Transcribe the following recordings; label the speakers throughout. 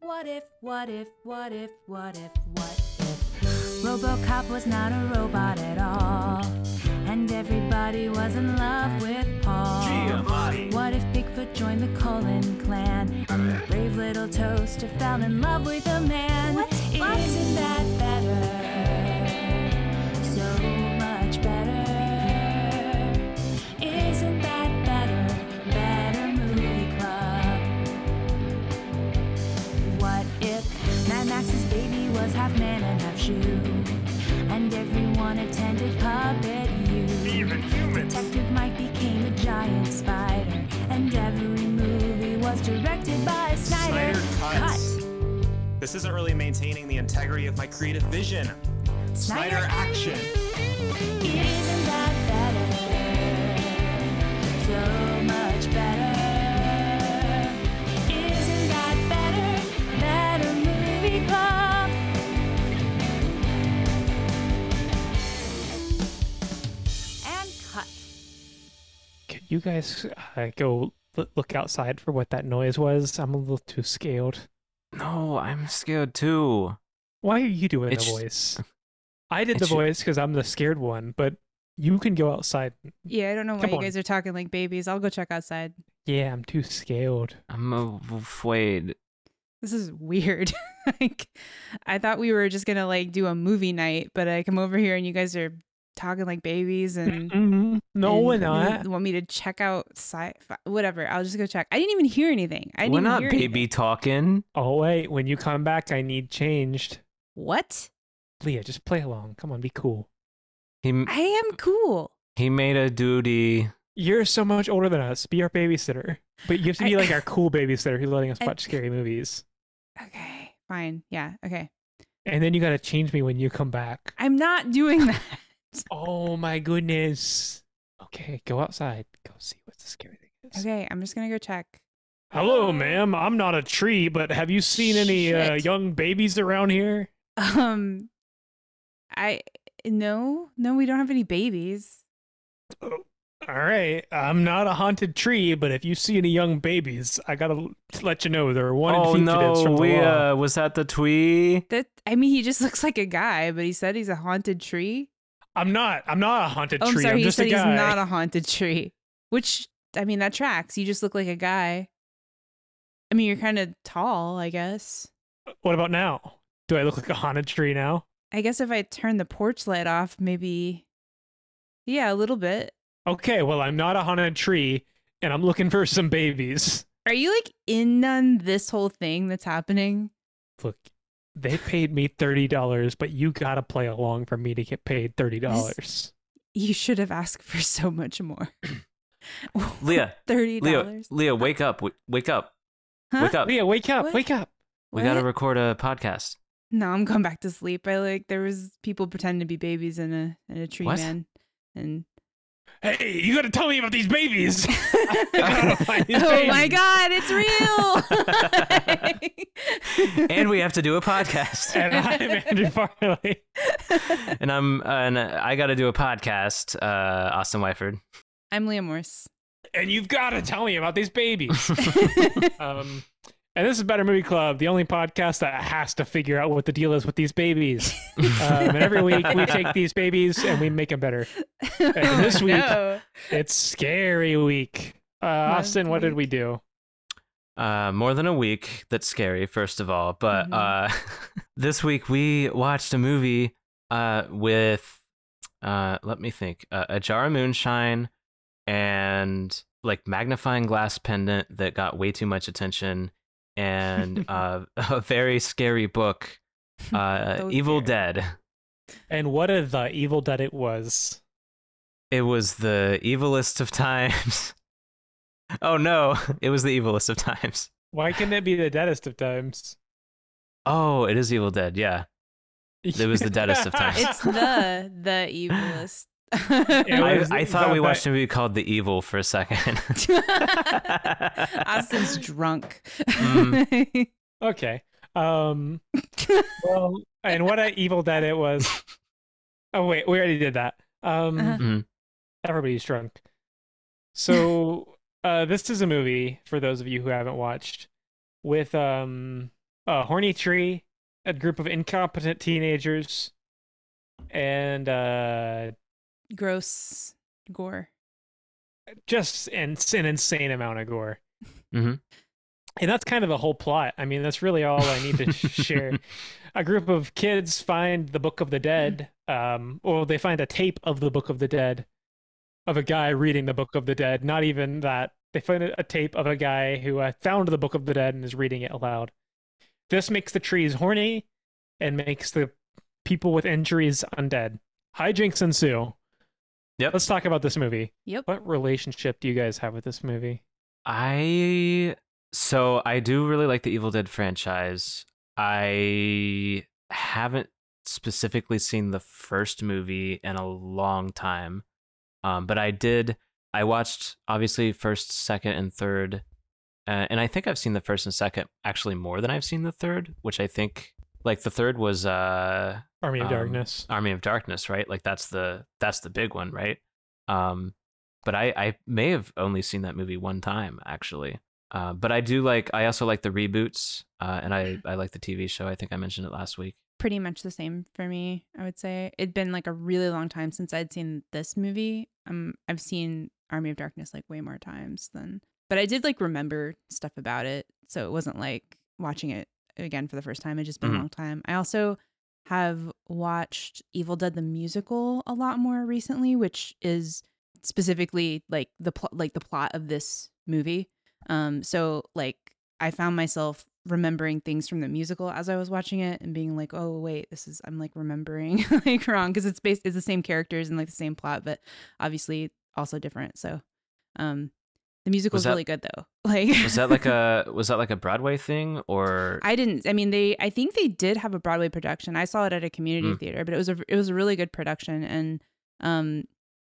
Speaker 1: What if, what if, what if, what if, what if Robocop was not a robot at all? And everybody was in love with Paul. What if Bigfoot joined the Cullen clan? And brave little toaster fell in love with a man.
Speaker 2: What? What?
Speaker 1: Isn't that better? So much better. Isn't that better? Better movie club. What if Mad Max's baby was half man and half shoe? And everyone attended puppet you.
Speaker 3: Even humans.
Speaker 1: Detective Mike became a giant spider, and every movie was directed by Snyder.
Speaker 3: Snyder cuts. This isn't really maintaining the integrity of my creative vision. Snyder action.
Speaker 1: Isn't that better? So much better. Isn't that better? Better movie club. And cut.
Speaker 4: Could you guys uh, go l- look outside for what that noise was? I'm a little too scared.
Speaker 5: No, I'm scared too.
Speaker 4: Why are you doing
Speaker 5: It's-
Speaker 4: the voice? I did the
Speaker 5: it's-
Speaker 4: voice because I'm the scared one, but you can go outside.
Speaker 2: Yeah, I don't know why
Speaker 4: Come
Speaker 2: you
Speaker 4: on.
Speaker 2: guys are talking like babies. I'll go check outside.
Speaker 4: Yeah, I'm too scared.
Speaker 5: I'm afraid.
Speaker 2: This is weird. like, I thought we were just gonna like do a movie night, but I come over here and you guys are talking like babies and.
Speaker 4: Mm-mm. No,
Speaker 2: Mm-hmm. and
Speaker 4: we're
Speaker 2: you
Speaker 4: not.
Speaker 2: Want me to check out sci- fi- whatever? I'll just go check. I didn't even hear anything. I didn't
Speaker 5: We're
Speaker 2: even
Speaker 5: not
Speaker 2: hear
Speaker 5: baby
Speaker 2: anything.
Speaker 5: talking.
Speaker 4: Oh wait, when you come back, I need changed.
Speaker 2: What?
Speaker 4: Leah, just play along. Come on, be cool.
Speaker 5: He
Speaker 2: I am cool.
Speaker 5: he made a duty.
Speaker 4: You're so much older than us. Be our babysitter, but you have to be
Speaker 2: I-
Speaker 4: like our cool babysitter who's letting us
Speaker 2: I-
Speaker 4: watch scary movies.
Speaker 2: Okay, fine. Yeah. Okay.
Speaker 4: And then you gotta change me when you come back.
Speaker 2: I'm not doing that.
Speaker 4: Oh my goodness. Okay, go outside. Go see what the scary thing is.
Speaker 2: okay, I'm just gonna go check.
Speaker 4: Hello, ma'am. I'm not a tree, but have you seen any uh,
Speaker 2: Shit.
Speaker 4: young babies around here?
Speaker 2: Um, I no, no, we don't have any babies.
Speaker 4: All right, I'm not a haunted tree, but if you see any young babies, I gotta l- let you know they're wanted
Speaker 5: oh
Speaker 4: fugitives
Speaker 5: no,
Speaker 4: from the
Speaker 5: we
Speaker 4: law.
Speaker 5: uh, was that the tree?
Speaker 2: That I mean, he just looks like a guy, but he said he's a haunted tree.
Speaker 4: I'm not. I'm not a haunted
Speaker 2: Oh, I'm
Speaker 4: tree.
Speaker 2: sorry,
Speaker 4: I'm
Speaker 2: he
Speaker 4: just
Speaker 2: said
Speaker 4: a
Speaker 2: he's
Speaker 4: guy.
Speaker 2: not a haunted tree. Which I mean, that tracks. You just look like a guy. I mean, you're kind of tall, I guess.
Speaker 4: What about now? Do I look like a haunted tree now?
Speaker 2: I guess if I turn the porch light off, maybe. Yeah, a little bit.
Speaker 4: Okay, well I'm not a haunted tree, and I'm looking for some babies.
Speaker 2: Are you like in on this whole thing that's happening?
Speaker 4: Look, they paid me thirty dollars, but you gotta play along for me to get paid thirty dollars.
Speaker 2: You should have asked for so much more.
Speaker 5: Leah,
Speaker 2: Thirty
Speaker 5: Leah,
Speaker 2: dollars.
Speaker 5: Leah, wake up, w- wake up,
Speaker 2: Huh?
Speaker 5: wake up.
Speaker 4: Leah, Oh, wake up!
Speaker 2: What?
Speaker 4: Wake up!
Speaker 5: We gotta
Speaker 2: What?
Speaker 5: record a podcast.
Speaker 2: No, I'm going back to sleep. I like there was people pretending to be babies in a in a tree
Speaker 5: What?
Speaker 2: man, and
Speaker 4: Hey, you gotta tell me about these babies.
Speaker 2: oh my god, it's real.
Speaker 5: and we have to do a podcast.
Speaker 4: And I'm Andrew Farley.
Speaker 5: and I'm uh, and I gotta do a podcast. Uh, Austin Wyford.
Speaker 2: I'm Leah Morse.
Speaker 4: And you've gotta tell me about these babies. um, and this is Better Movie Club, the only podcast that has to figure out what the deal is with these babies. um, and every week we take these babies and we make them better. And this week-
Speaker 2: No.
Speaker 4: It's scary week. Uh, Austin, what did we do?
Speaker 5: Uh, more than a week. That's scary, first of all. But
Speaker 2: Mhm.
Speaker 5: uh, this week we watched a movie uh, with, uh, let me think, uh, a jar of moonshine and like magnifying glass pendant that got way too much attention and uh, a very scary book, uh,
Speaker 2: Oh,
Speaker 5: Evil
Speaker 2: dear.
Speaker 5: Dead.
Speaker 4: And what a the evil that it was.
Speaker 5: It was the evilest of times. oh no, it was the evilest of times.
Speaker 4: Why can it be the deadest of times?
Speaker 5: Oh, it is Evil Dead. Yeah. It was the deadest of times.
Speaker 2: It's the the evilest.
Speaker 4: was-
Speaker 5: I,
Speaker 4: it
Speaker 5: I
Speaker 4: was
Speaker 5: thought
Speaker 4: not
Speaker 5: we
Speaker 4: that-
Speaker 5: watched a movie called The Evil for a second.
Speaker 2: Austin's drunk.
Speaker 4: Mm-hmm.
Speaker 5: Mm.
Speaker 4: okay. Um, well, and what a evil that it was. Oh wait, we already did that. Um,
Speaker 2: Uh-huh.
Speaker 5: Mm.
Speaker 4: everybody's drunk. So uh, this is a movie for those of you who haven't watched with um a horny tree, a group of incompetent teenagers, and uh,
Speaker 2: Gross gore.
Speaker 4: just an, an insane amount of gore.
Speaker 5: Mhm.
Speaker 4: And that's kind of the whole plot. I mean, that's really all I need to sh- share. A group of kids find the Book of the Dead, um, or they find a tape of the Book of the Dead, of a guy reading the Book of the Dead. Not even that. They find a a tape of a guy who uh, found the Book of the Dead and is reading it aloud. This makes the trees horny and makes the people with injuries undead. Hijinks ensue.
Speaker 5: Yep.
Speaker 4: Let's talk about this movie.
Speaker 2: Yep.
Speaker 4: What relationship do you guys have with this movie?
Speaker 5: I so I do really like the Evil Dead franchise. I haven't specifically seen the first movie in a long time. Um, but I did I watched obviously first, second, and third. Uh, and I think I've seen the first and second actually more than I've seen the third, which I think like the third was uh
Speaker 4: Army of
Speaker 5: Um,
Speaker 4: Darkness.
Speaker 5: Army of Darkness, right? Like that's the that's the big one, right? Um, but I I may have only seen that movie one time actually. Uh, but I do like I also like the reboots, uh, and I I like the TV show. I think I mentioned it last week.
Speaker 2: Pretty much the same for me, I would say. It'd been like a really long time since I'd seen this movie. Um I've seen Army of Darkness like way more times than but I did like remember stuff about it. So it wasn't like watching it again for the first time. It's just been
Speaker 5: Mhm.
Speaker 2: a long time. I also have watched Evil Dead the musical a lot more recently, which is specifically like the pl- like the plot of this movie. Um, so like I found myself remembering things from the musical as I was watching it and being like, oh wait, this is I'm like remembering like wrong because it's based it's the same characters and like the same plot, but obviously also different. So um the musical's
Speaker 5: that-
Speaker 2: really good though. Like
Speaker 5: Was that like a was that like a Broadway thing or?
Speaker 2: I didn't. I mean, they. I think they did have a Broadway production. I saw it at a community
Speaker 5: Mm.
Speaker 2: theater, but it was a it was a really good production, and um,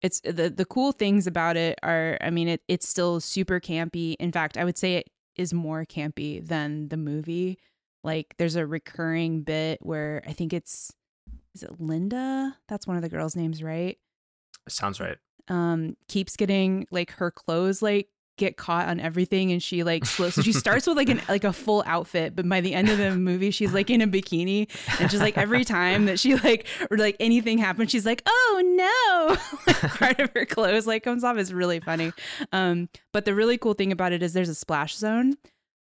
Speaker 2: it's the the cool things about it are. I mean, it it's still super campy. In fact, I would say it is more campy than the movie. Like, there's a recurring bit where I think it's is it Linda? That's one of the girls' names, right?
Speaker 5: sounds right.
Speaker 2: um keeps getting like her clothes like get caught on everything and she like slow so she starts with like an like a full outfit but by the end of the movie she's like in a bikini and just like every time that she like or like anything happens she's like oh no like, part of her clothes like comes off is really funny um but the really cool thing about it is there's a splash zone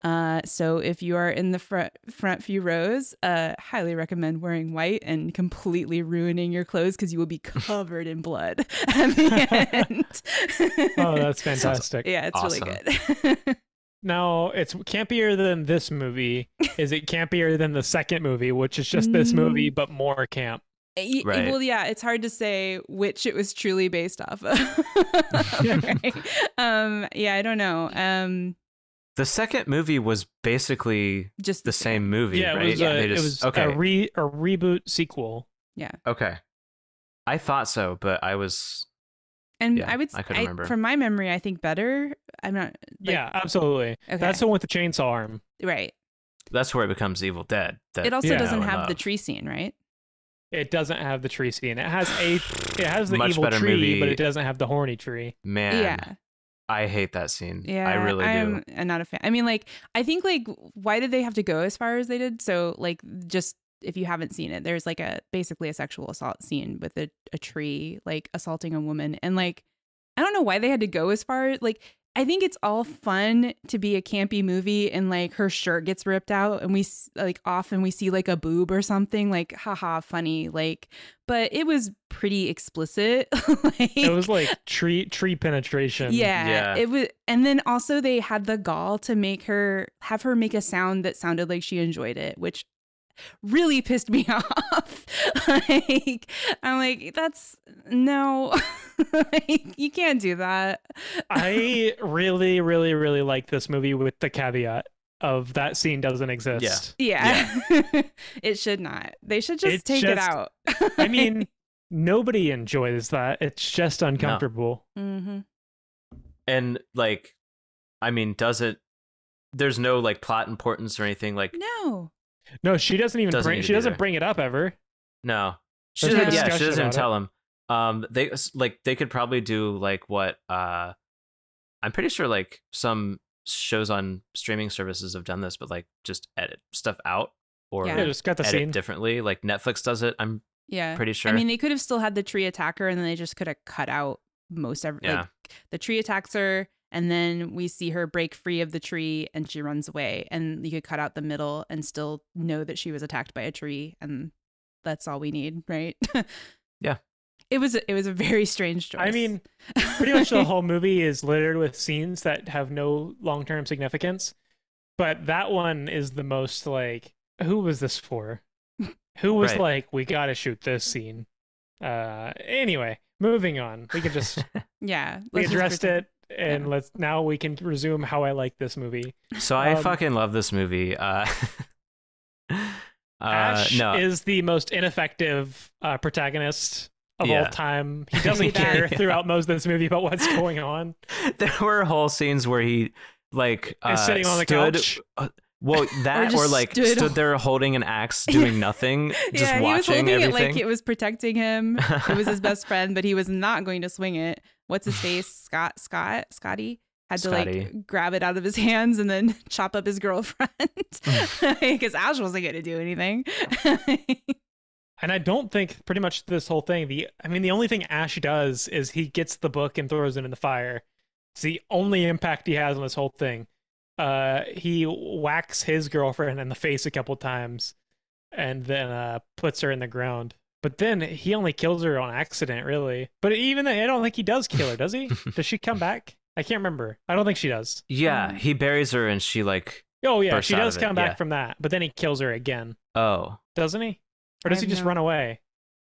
Speaker 2: uh so if you are in the front front few rows uh highly recommend wearing white and completely ruining your clothes because you will be covered in blood at the end
Speaker 4: Oh, that's fantastic.
Speaker 2: yeah it's really good
Speaker 4: Now, it's campier than this movie. Is it campier than the second movie, which is just this
Speaker 2: Mm.
Speaker 4: movie but more camp?
Speaker 2: Y- y-
Speaker 5: Right.
Speaker 2: Well, yeah, it's hard to say which it was truly based off of. Right? Um, yeah, I don't know. Um,
Speaker 5: The second movie was basically
Speaker 2: just
Speaker 5: the same movie,
Speaker 4: yeah,
Speaker 5: right?
Speaker 4: it was,
Speaker 5: They
Speaker 4: a,
Speaker 5: just-
Speaker 4: it was
Speaker 5: okay.
Speaker 4: a, re, a reboot sequel.
Speaker 5: okay. I thought so, but I was
Speaker 2: And
Speaker 5: yeah,
Speaker 2: I would, s-
Speaker 5: I couldn't remember.
Speaker 2: from my memory, I think better. I'm not. like-
Speaker 4: yeah, absolutely.
Speaker 2: Okay.
Speaker 4: That's the one with the chainsaw arm.
Speaker 2: right.
Speaker 5: that's where it becomes Evil Dead. That
Speaker 2: It also
Speaker 4: yeah.
Speaker 2: doesn't
Speaker 5: I
Speaker 2: have the
Speaker 5: love.
Speaker 2: tree scene, right?
Speaker 4: It doesn't have the tree scene. It has a it has the
Speaker 5: Much
Speaker 4: evil
Speaker 5: better
Speaker 4: tree,
Speaker 5: movie.
Speaker 4: but it doesn't have the horny tree.
Speaker 5: man.
Speaker 2: yeah.
Speaker 5: I hate that scene.
Speaker 2: Yeah.
Speaker 5: I really do.
Speaker 2: I'm uh, not a fan. I mean, like, I think like, why did they have to go as far as they did? So, like, just if you haven't seen it, there's like a basically a sexual assault scene with a, a tree like assaulting a woman, and like, I don't know why they had to go as far. Like, I think it's all fun to be a campy movie, and like her shirt gets ripped out, and we s- like off, and we see like a boob or something. Like, haha, funny. Like, but it was pretty explicit. like,
Speaker 4: It was like tree tree penetration.
Speaker 2: yeah,
Speaker 5: Yeah.
Speaker 2: It was and then also they had the gall to make her have her make a sound that sounded like she enjoyed it, which really pissed me off. like I'm like, that's no. like, you can't do that.
Speaker 4: I really, really, really like this movie with the caveat of that scene doesn't exist.
Speaker 2: Yeah. it should not. They should just
Speaker 4: It
Speaker 2: take it
Speaker 4: just-
Speaker 2: out.
Speaker 4: I mean, nobody enjoys that. It's just uncomfortable.
Speaker 2: Mhm.
Speaker 5: And like, I mean, does it? There's no like plot importance or anything. Like,
Speaker 2: No.
Speaker 4: No, she doesn't even
Speaker 5: Doesn't
Speaker 4: bring
Speaker 5: need to
Speaker 4: she
Speaker 5: be
Speaker 4: doesn't
Speaker 5: there.
Speaker 4: bring it up ever.
Speaker 5: no, she
Speaker 4: There's no
Speaker 5: doesn't. Yeah, she
Speaker 4: discussion
Speaker 5: doesn't
Speaker 4: about
Speaker 5: tell him. Um, they like they could probably do like what? Uh, I'm pretty sure like some shows on streaming services have done this, but like just edit stuff out or
Speaker 2: Yeah.
Speaker 4: Yeah, just got the
Speaker 5: edit
Speaker 4: scene.
Speaker 5: differently. Like Netflix does it. I'm
Speaker 2: Yeah.
Speaker 5: pretty sure.
Speaker 2: I mean, they could have still had the tree attacker, and then they just could have cut out most every.
Speaker 5: Yeah.
Speaker 2: Like, the tree attacks her, and then we see her break free of the tree, and she runs away. And you could cut out the middle and still know that she was attacked by a tree, and that's all we need, right?
Speaker 5: Yeah.
Speaker 2: It was it was a very strange choice.
Speaker 4: I mean, pretty much the whole movie is littered with scenes that have no long term significance. But that one is the most like, who was this for? Who was
Speaker 5: Right.
Speaker 4: like, we gotta shoot this scene? Uh, anyway, moving on. We can just
Speaker 2: yeah.
Speaker 4: we
Speaker 2: let's just
Speaker 4: addressed
Speaker 2: pretend-
Speaker 4: it, and
Speaker 2: yeah.
Speaker 4: let's now we can resume how I like this movie.
Speaker 5: so I
Speaker 4: um,
Speaker 5: fucking love this movie. Uh, uh
Speaker 4: Ash
Speaker 5: no,
Speaker 4: is the most ineffective uh, protagonist of
Speaker 5: Yeah.
Speaker 4: all time. He doesn't
Speaker 2: that.
Speaker 4: care throughout most of this movie about what's going on.
Speaker 5: there were whole scenes where he like uh,
Speaker 4: Is sitting on the
Speaker 5: stood,
Speaker 4: couch.
Speaker 5: uh, well, that or,
Speaker 2: just
Speaker 5: like
Speaker 2: stood-
Speaker 5: stood, there holding an axe, doing nothing, just
Speaker 2: yeah, he was
Speaker 5: watching
Speaker 2: holding
Speaker 5: everything.
Speaker 2: it like it was protecting him. it was his best friend, but he was not going to swing it. What's his face? Scott, Scott, Scotty had to
Speaker 5: Scotty.
Speaker 2: like grab it out of his hands and then chop up his girlfriend
Speaker 5: Hmm.
Speaker 2: because Ash wasn't going to do anything.
Speaker 4: And I don't think pretty much this whole thing. The I mean, the only thing Ash does is he gets the book and throws it in the fire. It's the only impact he has on this whole thing. Uh, he whacks his girlfriend in the face a couple times, and then uh, puts her in the ground. But then he only kills her on accident, really. But even then, I don't think he does kill her, does he? does she come back? I can't remember. I don't think she does.
Speaker 5: yeah,
Speaker 2: mm.
Speaker 5: he buries her, and she like
Speaker 4: Oh yeah,
Speaker 5: Bursts
Speaker 4: she
Speaker 5: out
Speaker 4: does
Speaker 5: of it,
Speaker 4: come back
Speaker 5: yeah.
Speaker 4: from that. But then he kills her again,
Speaker 5: oh
Speaker 4: doesn't he? Or
Speaker 2: I
Speaker 4: does he
Speaker 2: have
Speaker 4: just
Speaker 2: no-
Speaker 4: run away?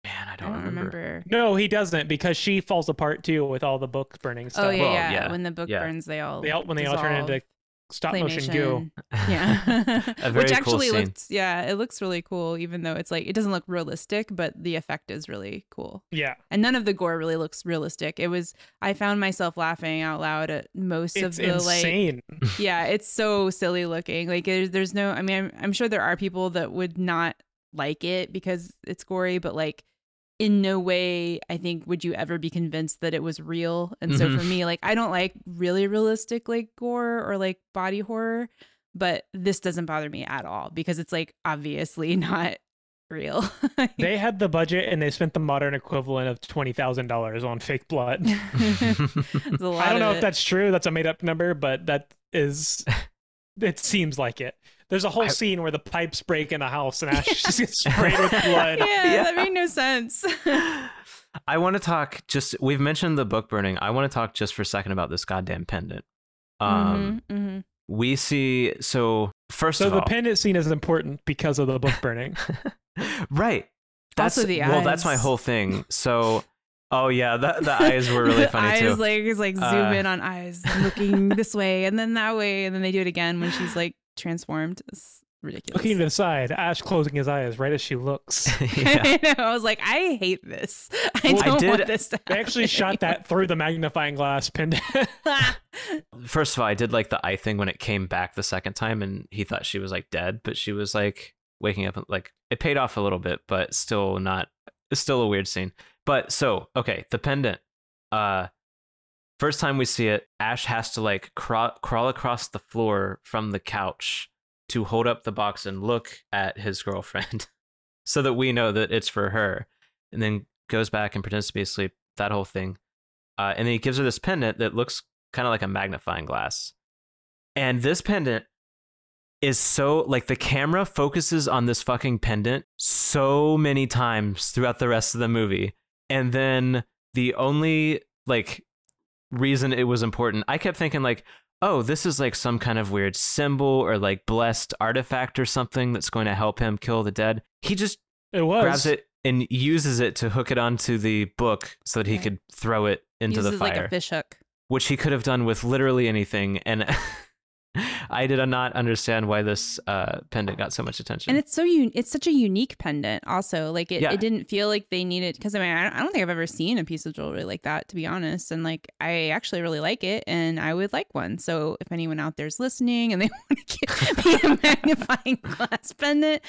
Speaker 5: man, I
Speaker 2: I
Speaker 5: don't, remember.
Speaker 2: Oh,
Speaker 4: No, he doesn't because she falls apart too with all the book burning stuff.
Speaker 2: Oh, yeah,
Speaker 5: Well,
Speaker 2: yeah,
Speaker 5: yeah,
Speaker 2: When the book
Speaker 5: yeah.
Speaker 2: burns, they all.
Speaker 4: They all, when they all turn into stop motion goo.
Speaker 2: Yeah.
Speaker 5: A
Speaker 2: Which
Speaker 5: very cool
Speaker 2: actually
Speaker 5: scene.
Speaker 2: looks, yeah, it looks really cool, even though it's like, it doesn't look realistic, but the effect is really cool.
Speaker 4: Yeah,
Speaker 2: and none of the gore really looks realistic. It was I found myself laughing out loud at most of
Speaker 4: it's
Speaker 2: the
Speaker 4: insane.
Speaker 2: like yeah, it's so silly looking. Like there's there's no I mean I'm, I'm sure there are people that would not like it because it's gory, but like in no way I think would you ever be convinced that it was real. And so
Speaker 4: Mm-hmm.
Speaker 2: for me like I don't like really realistic like gore or like body horror, but this doesn't bother me at all because it's like obviously not real.
Speaker 4: they had the budget and they spent the modern equivalent of twenty thousand dollars on fake blood.
Speaker 2: There's a lot
Speaker 4: I don't
Speaker 2: of
Speaker 4: know if
Speaker 2: it.
Speaker 4: that's true. That's a made up number, but that is. It seems like it. There's a whole
Speaker 5: I-
Speaker 4: scene where the pipes break in the house and Ash just gets sprayed with blood.
Speaker 2: yeah,
Speaker 5: Yeah.
Speaker 2: that made no sense. Mm-hmm,
Speaker 5: I want to talk just we've mentioned the book burning. I want to talk just for a second about this goddamn pendant. Um
Speaker 2: Mhm, mhm.
Speaker 5: we see so first
Speaker 4: So
Speaker 5: of
Speaker 4: the
Speaker 5: all
Speaker 4: pendant scene is important because of the book burning.
Speaker 5: right. That's
Speaker 2: Also the
Speaker 5: well that's my
Speaker 2: eyes.
Speaker 5: whole thing. So oh yeah, the, the eyes were really
Speaker 2: The
Speaker 5: funny
Speaker 2: eyes,
Speaker 5: too.
Speaker 2: Like, it's like zoom
Speaker 5: Uh,
Speaker 2: in on eyes, looking this way and then that way, and then they do it again when she's like transformed. It's ridiculous.
Speaker 4: Looking to the side, Ash closing his eyes right as she looks.
Speaker 5: yeah.
Speaker 2: I, know, I was like, I hate this. I
Speaker 4: Well, I
Speaker 2: don't want
Speaker 5: did-
Speaker 2: this to
Speaker 4: They actually shot that through the magnifying glass pendant.
Speaker 2: that.
Speaker 5: First of all, I did like the eye thing when it came back the second time and he thought she was like dead, but she was like waking up and like it paid off a little bit, but still not it's still a weird scene. But so, okay, the pendant. Uh first time we see it, Ash has to like crawl, crawl across the floor from the couch to hold up the box and look at his girlfriend so that we know that it's for her. And then goes back and pretends to be asleep, that whole thing. Uh, and then he gives her this pendant that looks kind of like a magnifying glass. And this pendant is so like the camera focuses on this fucking pendant so many times throughout the rest of the movie. And then the only like reason it was important, I kept thinking like, oh, this is like some kind of weird symbol or like blessed artifact or something that's going to help him kill the dead. He just
Speaker 4: It
Speaker 2: Oh,
Speaker 4: was.
Speaker 5: grabs it and uses it to hook it onto the book so that he
Speaker 2: Right.
Speaker 5: could throw it into
Speaker 2: Uses
Speaker 5: the fire
Speaker 2: like a fish hook.
Speaker 5: which he could have done with literally anything. And I did not understand why this uh, pendant got so much attention.
Speaker 2: And it's so un- it's such a unique pendant. Also, like it,
Speaker 5: Yeah.
Speaker 2: it didn't feel like they needed because I mean I don't, I don't think I've ever seen a piece of jewelry like that to be honest. And like I actually really like it, and I would like one. So if anyone out there's listening and they want to get me a magnifying glass pendant,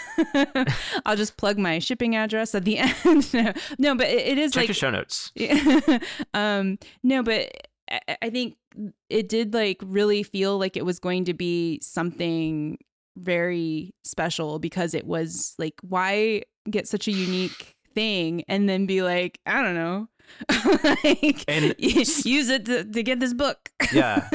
Speaker 2: I'll just plug my shipping address at the end. no, no, but it, it is
Speaker 5: Check
Speaker 2: like
Speaker 5: your show notes.
Speaker 2: yeah. um no but I, I think it did like really feel like it was going to be something very special because it was like why get such a unique thing and then be like I don't know like
Speaker 5: And-
Speaker 2: y- use it to, to get this book
Speaker 5: Yeah.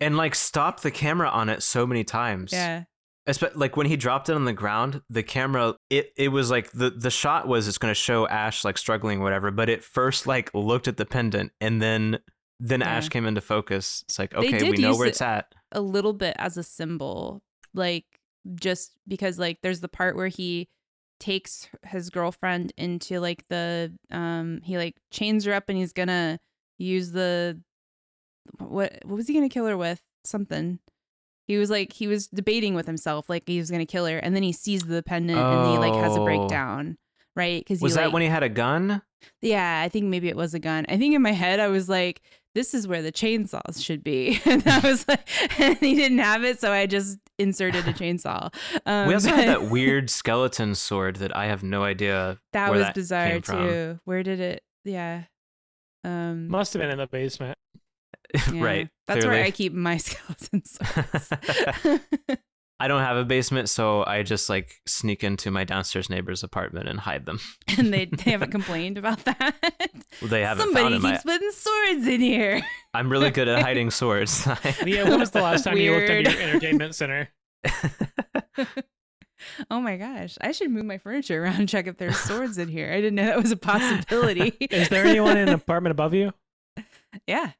Speaker 5: and like stop the camera on it so many times.
Speaker 2: yeah
Speaker 5: Espe- like when he dropped it on the ground, the camera it it was like the the shot was it's going to show Ash like struggling whatever, but it first like looked at the pendant and then then
Speaker 2: Yeah.
Speaker 5: Ash came into focus. It's like
Speaker 2: They
Speaker 5: okay,
Speaker 2: did
Speaker 5: we know
Speaker 2: use
Speaker 5: where
Speaker 2: it-
Speaker 5: it's at.
Speaker 2: a little bit as a symbol like just because like there's the part where he takes his girlfriend into like the um he like chains her up and he's gonna use the what what was he gonna kill her with something he was like he was debating with himself like he was gonna kill her and then he sees the pendant and he like has a
Speaker 5: Oh.
Speaker 2: breakdown right because
Speaker 5: Was that when he had a gun?
Speaker 2: yeah, I think maybe it was a gun. I think in my head I was like, this is where the chainsaws should be. And I was like, and he didn't have it, so I just inserted a chainsaw. Um,
Speaker 5: we also had
Speaker 2: but
Speaker 5: that weird skeleton sword that I have no idea.
Speaker 2: that
Speaker 5: where
Speaker 2: was
Speaker 5: that
Speaker 2: bizarre
Speaker 5: came from.
Speaker 2: too. Where did it? Yeah. Um,
Speaker 4: Must have been in the basement.
Speaker 2: yeah.
Speaker 5: right,
Speaker 2: That's where
Speaker 5: clearly.
Speaker 2: I keep my skeleton swords.
Speaker 5: I don't have a basement, so I just like sneak into my downstairs neighbor's apartment and hide them.
Speaker 2: and they, they haven't complained about that.
Speaker 5: They haven't
Speaker 2: Somebody
Speaker 5: found them.
Speaker 2: keeps putting swords in here.
Speaker 5: I, am really good at hiding swords.
Speaker 4: Leah, when was the last time you looked
Speaker 2: Weird.
Speaker 4: under your entertainment center?
Speaker 2: Oh my gosh. I should move my furniture around and check if there's swords in here. I didn't know that was a possibility.
Speaker 4: Is there anyone in an apartment above you?
Speaker 2: Yeah.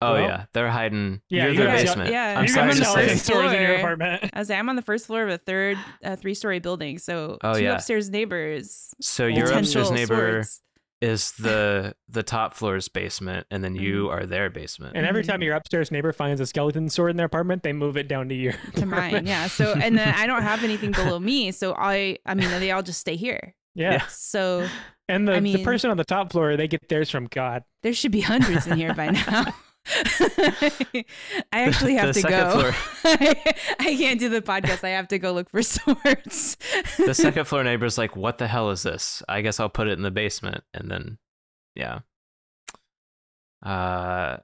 Speaker 5: oh
Speaker 4: Well-
Speaker 5: yeah, they're hiding.
Speaker 4: Yeah,
Speaker 5: You're
Speaker 4: you
Speaker 5: their
Speaker 4: guys-
Speaker 5: basement.
Speaker 2: yeah.
Speaker 5: I'm
Speaker 4: you
Speaker 5: sorry
Speaker 4: remember
Speaker 5: to
Speaker 4: all
Speaker 5: say.
Speaker 4: these stores in your
Speaker 2: Sure.
Speaker 4: apartment.
Speaker 2: I was like, I'm on the first floor of a third, uh, three story building. So two
Speaker 5: Oh, yeah.
Speaker 2: upstairs neighbors.
Speaker 5: So
Speaker 2: will
Speaker 5: your
Speaker 2: tend
Speaker 5: upstairs
Speaker 2: to
Speaker 5: neighbor
Speaker 2: swords.
Speaker 5: is the the top floor's basement, and then you
Speaker 2: Mm-hmm.
Speaker 5: are their basement.
Speaker 4: And every
Speaker 2: Mhm.
Speaker 4: time your upstairs neighbor finds a skeleton sword in their apartment, they move it down to your
Speaker 2: to mine.
Speaker 4: apartment.
Speaker 2: Yeah. So, and then I don't have anything below me. So I, I mean, they all just stay here.
Speaker 4: Yeah.
Speaker 5: Yeah.
Speaker 2: So
Speaker 4: And the,
Speaker 2: I
Speaker 4: the
Speaker 2: mean-
Speaker 4: person on the top floor, they get theirs from God.
Speaker 2: there should be hundreds in here by now. I actually
Speaker 5: The-
Speaker 2: have
Speaker 5: the
Speaker 2: to
Speaker 5: second
Speaker 2: go.
Speaker 5: floor.
Speaker 2: I, can't do the podcast. I have to go look for swords.
Speaker 5: the second floor neighbor's like, "What the hell is this? I guess I'll put it in the basement." And then, yeah. Uh,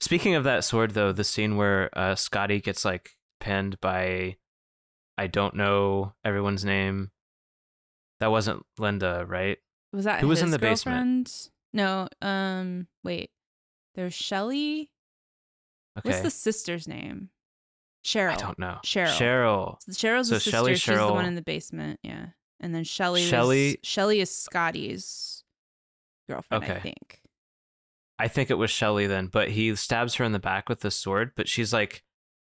Speaker 5: speaking of that sword, though, the scene where uh, Scotty gets like pinned by, I don't know everyone's name. That wasn't Linda, right?
Speaker 2: Was that
Speaker 5: Who was in
Speaker 2: his
Speaker 5: the basement?
Speaker 2: girlfriend? No. Um. Wait. There's Shelly.
Speaker 5: Okay,
Speaker 2: What's the sister's name? Cheryl.
Speaker 5: I don't know.
Speaker 2: Cheryl.
Speaker 5: Cheryl.
Speaker 2: So Cheryl's
Speaker 5: So
Speaker 2: the sister.
Speaker 5: Shelley,
Speaker 2: She's the one
Speaker 5: Cheryl-
Speaker 2: in the basement. Yeah. And then Shelly. Shelly.
Speaker 5: Shelley-
Speaker 2: Was, Shelly is Scotty's girlfriend, I
Speaker 5: Okay.
Speaker 2: think.
Speaker 5: I think it was Shelly then, but he stabs her in the back with the sword, but she's like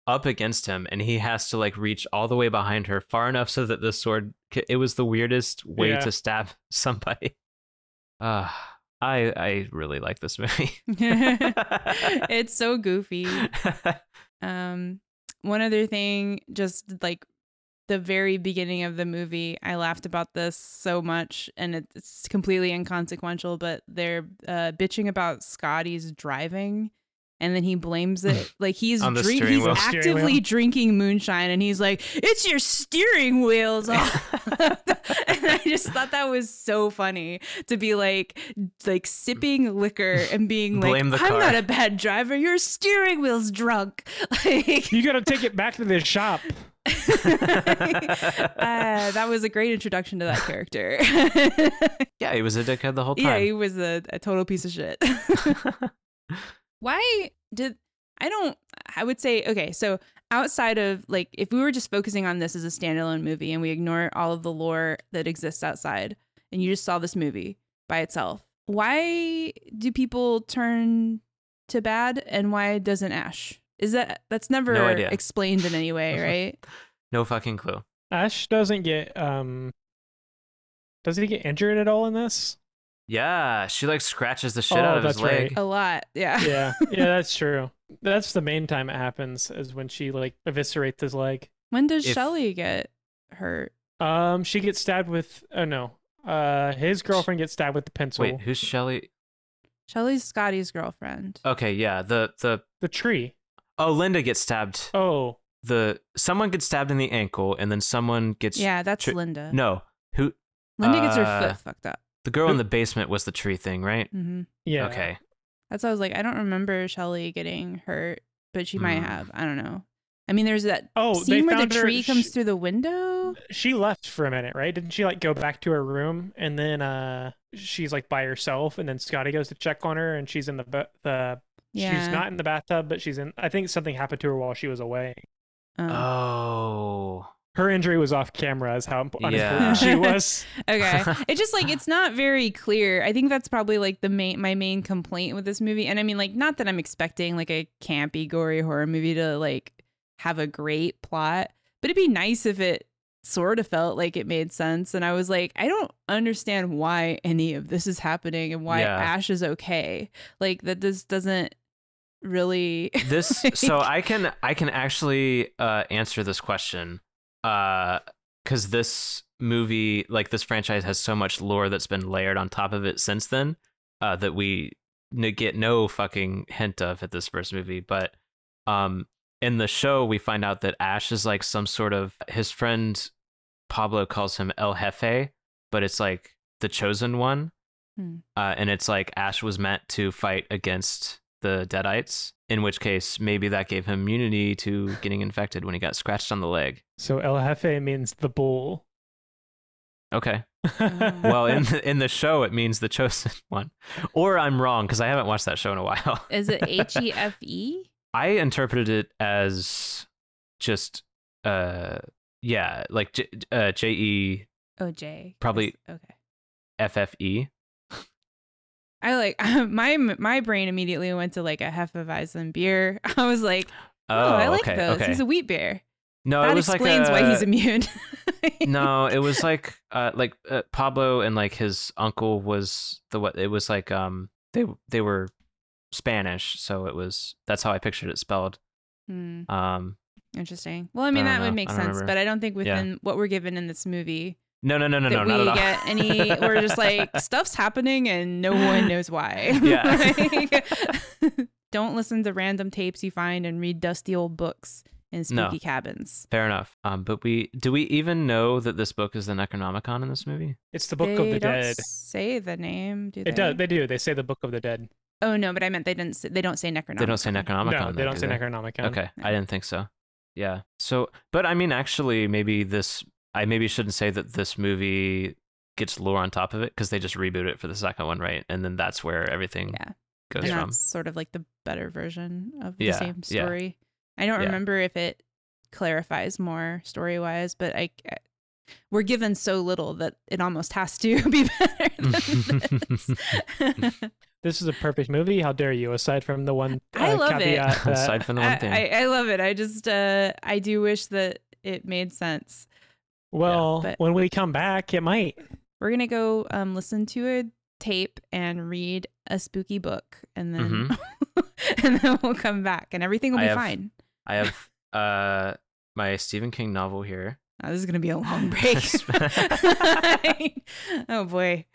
Speaker 5: up against him and he has to like reach all the way behind her far enough so that the sword c- it was the weirdest way
Speaker 4: Yeah.
Speaker 5: to stab somebody. Uh I I really like this movie.
Speaker 2: it's so goofy. Um, one other thing, just like the very beginning of the movie, I laughed about this so much, and it- it's completely inconsequential. But they're uh, bitching about Scotty's driving, and then he blames it like he's
Speaker 5: On the
Speaker 2: drink-
Speaker 5: steering
Speaker 2: he's
Speaker 5: wheel.
Speaker 4: Steering
Speaker 2: actively
Speaker 4: wheel.
Speaker 2: drinking moonshine, and he's like, "It's your steering wheels." off." and I just thought that was so funny to be like, like sipping liquor and being like,
Speaker 5: Blame the
Speaker 2: "I'm
Speaker 5: car."
Speaker 2: not a bad driver. Your steering wheel's drunk." Like,
Speaker 4: You got to take it back to the shop.
Speaker 2: uh, that was a great introduction to that character.
Speaker 5: yeah, he was a dickhead the whole
Speaker 2: yeah,
Speaker 5: time.
Speaker 2: he was a, a total piece of shit. Why did I don't? I would say okay. So outside of like, if we were just focusing on this as a standalone movie and we ignore all of the lore that exists outside, and you just saw this movie by itself, why do people turn to bad and why doesn't Ash? Is that that's never
Speaker 5: No idea.
Speaker 2: explained in any way, right?
Speaker 5: no fucking clue.
Speaker 4: Ash doesn't get um does he get injured at all in this?
Speaker 5: Yeah, she like scratches the shit
Speaker 4: Oh,
Speaker 5: out of his
Speaker 4: that's right.
Speaker 5: leg.
Speaker 2: a lot, yeah.
Speaker 4: Yeah. Yeah, that's true. That's the main time it happens is when she like eviscerates his leg.
Speaker 2: When does
Speaker 5: If-
Speaker 2: Shelly get hurt?
Speaker 4: Um she gets stabbed with oh no. Uh his girlfriend gets stabbed with the pencil.
Speaker 5: Wait, who's Shelly?
Speaker 2: Shelly's Scotty's girlfriend.
Speaker 5: Okay, yeah, the the
Speaker 4: The tree.
Speaker 5: Oh, Linda gets stabbed
Speaker 4: Oh.
Speaker 5: the someone gets stabbed in the ankle and then someone gets
Speaker 2: yeah, that's
Speaker 5: tr-
Speaker 2: Linda.
Speaker 5: no who
Speaker 2: Linda gets her
Speaker 5: uh,
Speaker 2: foot fucked up.
Speaker 5: the girl in the basement was the tree thing right
Speaker 2: hmm
Speaker 4: Yeah.
Speaker 5: okay
Speaker 2: That's why I was like, I don't remember Shelly getting hurt, but she might
Speaker 5: Hmm.
Speaker 2: have. I don't know. I mean, there's that
Speaker 4: Mm. Oh, they
Speaker 2: scene where the
Speaker 4: found her-
Speaker 2: tree comes
Speaker 4: she-
Speaker 2: through the window.
Speaker 4: She left for a minute, right? Didn't she like go back to her room and then uh she's like by herself and then Scotty goes to check on her and she's in the ba- the
Speaker 2: Yeah.
Speaker 4: she's not in the bathtub but she's in I think something happened to her while she was away.
Speaker 2: Um,
Speaker 5: Oh.
Speaker 4: Her injury was off camera is how imp- unimportant
Speaker 2: Yeah.
Speaker 4: she was.
Speaker 2: okay. It's just like it's not very clear. I think that's probably like the main my main complaint with this movie. And I mean, like, not that I'm expecting like a campy, gory horror movie to like have a great plot, but it'd be nice if it sort of felt like it made sense. And I was like, I don't understand why any of this is happening and why
Speaker 5: Yeah.
Speaker 2: Ash is okay. Like that this doesn't really
Speaker 5: This
Speaker 2: Like-
Speaker 5: so I can I can actually uh answer this question. Uh cuz this movie like this franchise has so much lore that's been layered on top of it since then uh that we n- get no fucking hint of at this first movie, but um in the show we find out that Ash is like some sort of his friend Pablo calls him El Jefe, but it's like the chosen one.
Speaker 2: Hmm.
Speaker 5: Uh, and it's like Ash was meant to fight against the Deadites, in which case maybe that gave him immunity to getting infected when he got scratched on the leg.
Speaker 4: So El Jefe means the bull.
Speaker 5: Okay.
Speaker 2: Ah.
Speaker 5: Well, in the, in the show, it means the chosen one. Or I'm wrong because I haven't watched that show in a while.
Speaker 2: is it H E F E?
Speaker 5: I interpreted it as just, uh, yeah, like J uh, J E
Speaker 2: Oh J.
Speaker 5: Probably-
Speaker 2: okay.
Speaker 5: F F E.
Speaker 2: I like my my brain immediately went to like a Hefeweizen beer. I was like,
Speaker 5: Oh,
Speaker 2: oh, I like
Speaker 5: okay,
Speaker 2: those.
Speaker 5: okay.
Speaker 2: He's a wheat bear.
Speaker 5: no, it
Speaker 2: that
Speaker 5: was
Speaker 2: explains
Speaker 5: like a,
Speaker 2: why he's immune.
Speaker 5: no, it was like uh, like uh, Pablo and like his uncle was the what it was like um they they were Spanish, so it was that's how I pictured it spelled.
Speaker 2: Hmm,
Speaker 5: Um
Speaker 2: interesting. Well, I mean
Speaker 5: I
Speaker 2: that
Speaker 5: don't
Speaker 2: would
Speaker 5: know.
Speaker 2: make
Speaker 5: I
Speaker 2: sense,
Speaker 5: don't remember.
Speaker 2: but I don't think
Speaker 5: Yeah.
Speaker 2: within what we're given in this movie
Speaker 5: no no no no no
Speaker 2: that
Speaker 5: not
Speaker 2: we
Speaker 5: at all.
Speaker 2: get any. We're just like stuff's happening and no one knows why.
Speaker 5: Yeah.
Speaker 2: Like, don't listen to random tapes you find and read dusty old books in spooky
Speaker 5: No.
Speaker 2: cabins.
Speaker 5: Fair enough. Um but we do we even know that this book is the Necronomicon in this movie?
Speaker 4: It's the Book
Speaker 2: they
Speaker 4: of the
Speaker 2: don't
Speaker 4: Dead.
Speaker 2: Say the name. Do they?
Speaker 4: It does. They do. They say the Book of the Dead.
Speaker 2: Oh no, but I meant they didn't. Say, they don't say Necronomicon.
Speaker 5: They don't say Necronomicon.
Speaker 4: no,
Speaker 5: though,
Speaker 4: they don't
Speaker 5: do
Speaker 4: say Necronomicon.
Speaker 5: Okay,
Speaker 2: No.
Speaker 5: I didn't think so. Yeah. So, but I mean, actually, maybe this. I maybe shouldn't say that this movie gets lore on top of it because they just reboot it for the second one, right? And then that's where everything
Speaker 2: Yeah.
Speaker 5: goes
Speaker 2: And
Speaker 5: from.
Speaker 2: that's sort of like the better version of the
Speaker 5: Yeah,
Speaker 2: same
Speaker 5: yeah.
Speaker 2: story. I don't
Speaker 5: Yeah.
Speaker 2: remember if it clarifies more story wise, but I, I- we're given so little that it almost has to be better than this.
Speaker 4: This is a perfect movie. How dare you? Aside from the one uh,
Speaker 2: I love it.
Speaker 4: caveat that-
Speaker 5: Aside from the
Speaker 2: I,
Speaker 5: one thing,
Speaker 2: I, I love it. I just uh, I do wish that it made sense.
Speaker 4: Well,
Speaker 2: but-
Speaker 4: when we come back, it might.
Speaker 2: We're gonna go um, listen to a tape and read a spooky book, and then and then we'll come back, and everything will
Speaker 5: Mm-hmm. I
Speaker 2: be
Speaker 5: have-
Speaker 2: fine.
Speaker 5: I have uh my Stephen King novel here.
Speaker 2: Oh, this is gonna be a long break. oh boy.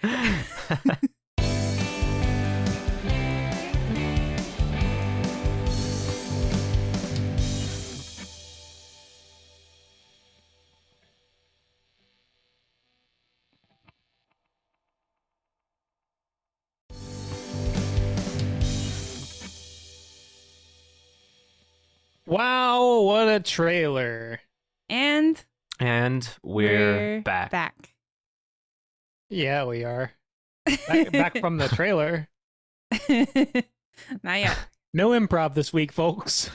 Speaker 4: Wow, what a trailer.
Speaker 2: And
Speaker 5: and we're, back.
Speaker 2: Back.
Speaker 4: Yeah, we are. Back, back from the trailer.
Speaker 2: Not yet.
Speaker 4: No improv this week, folks.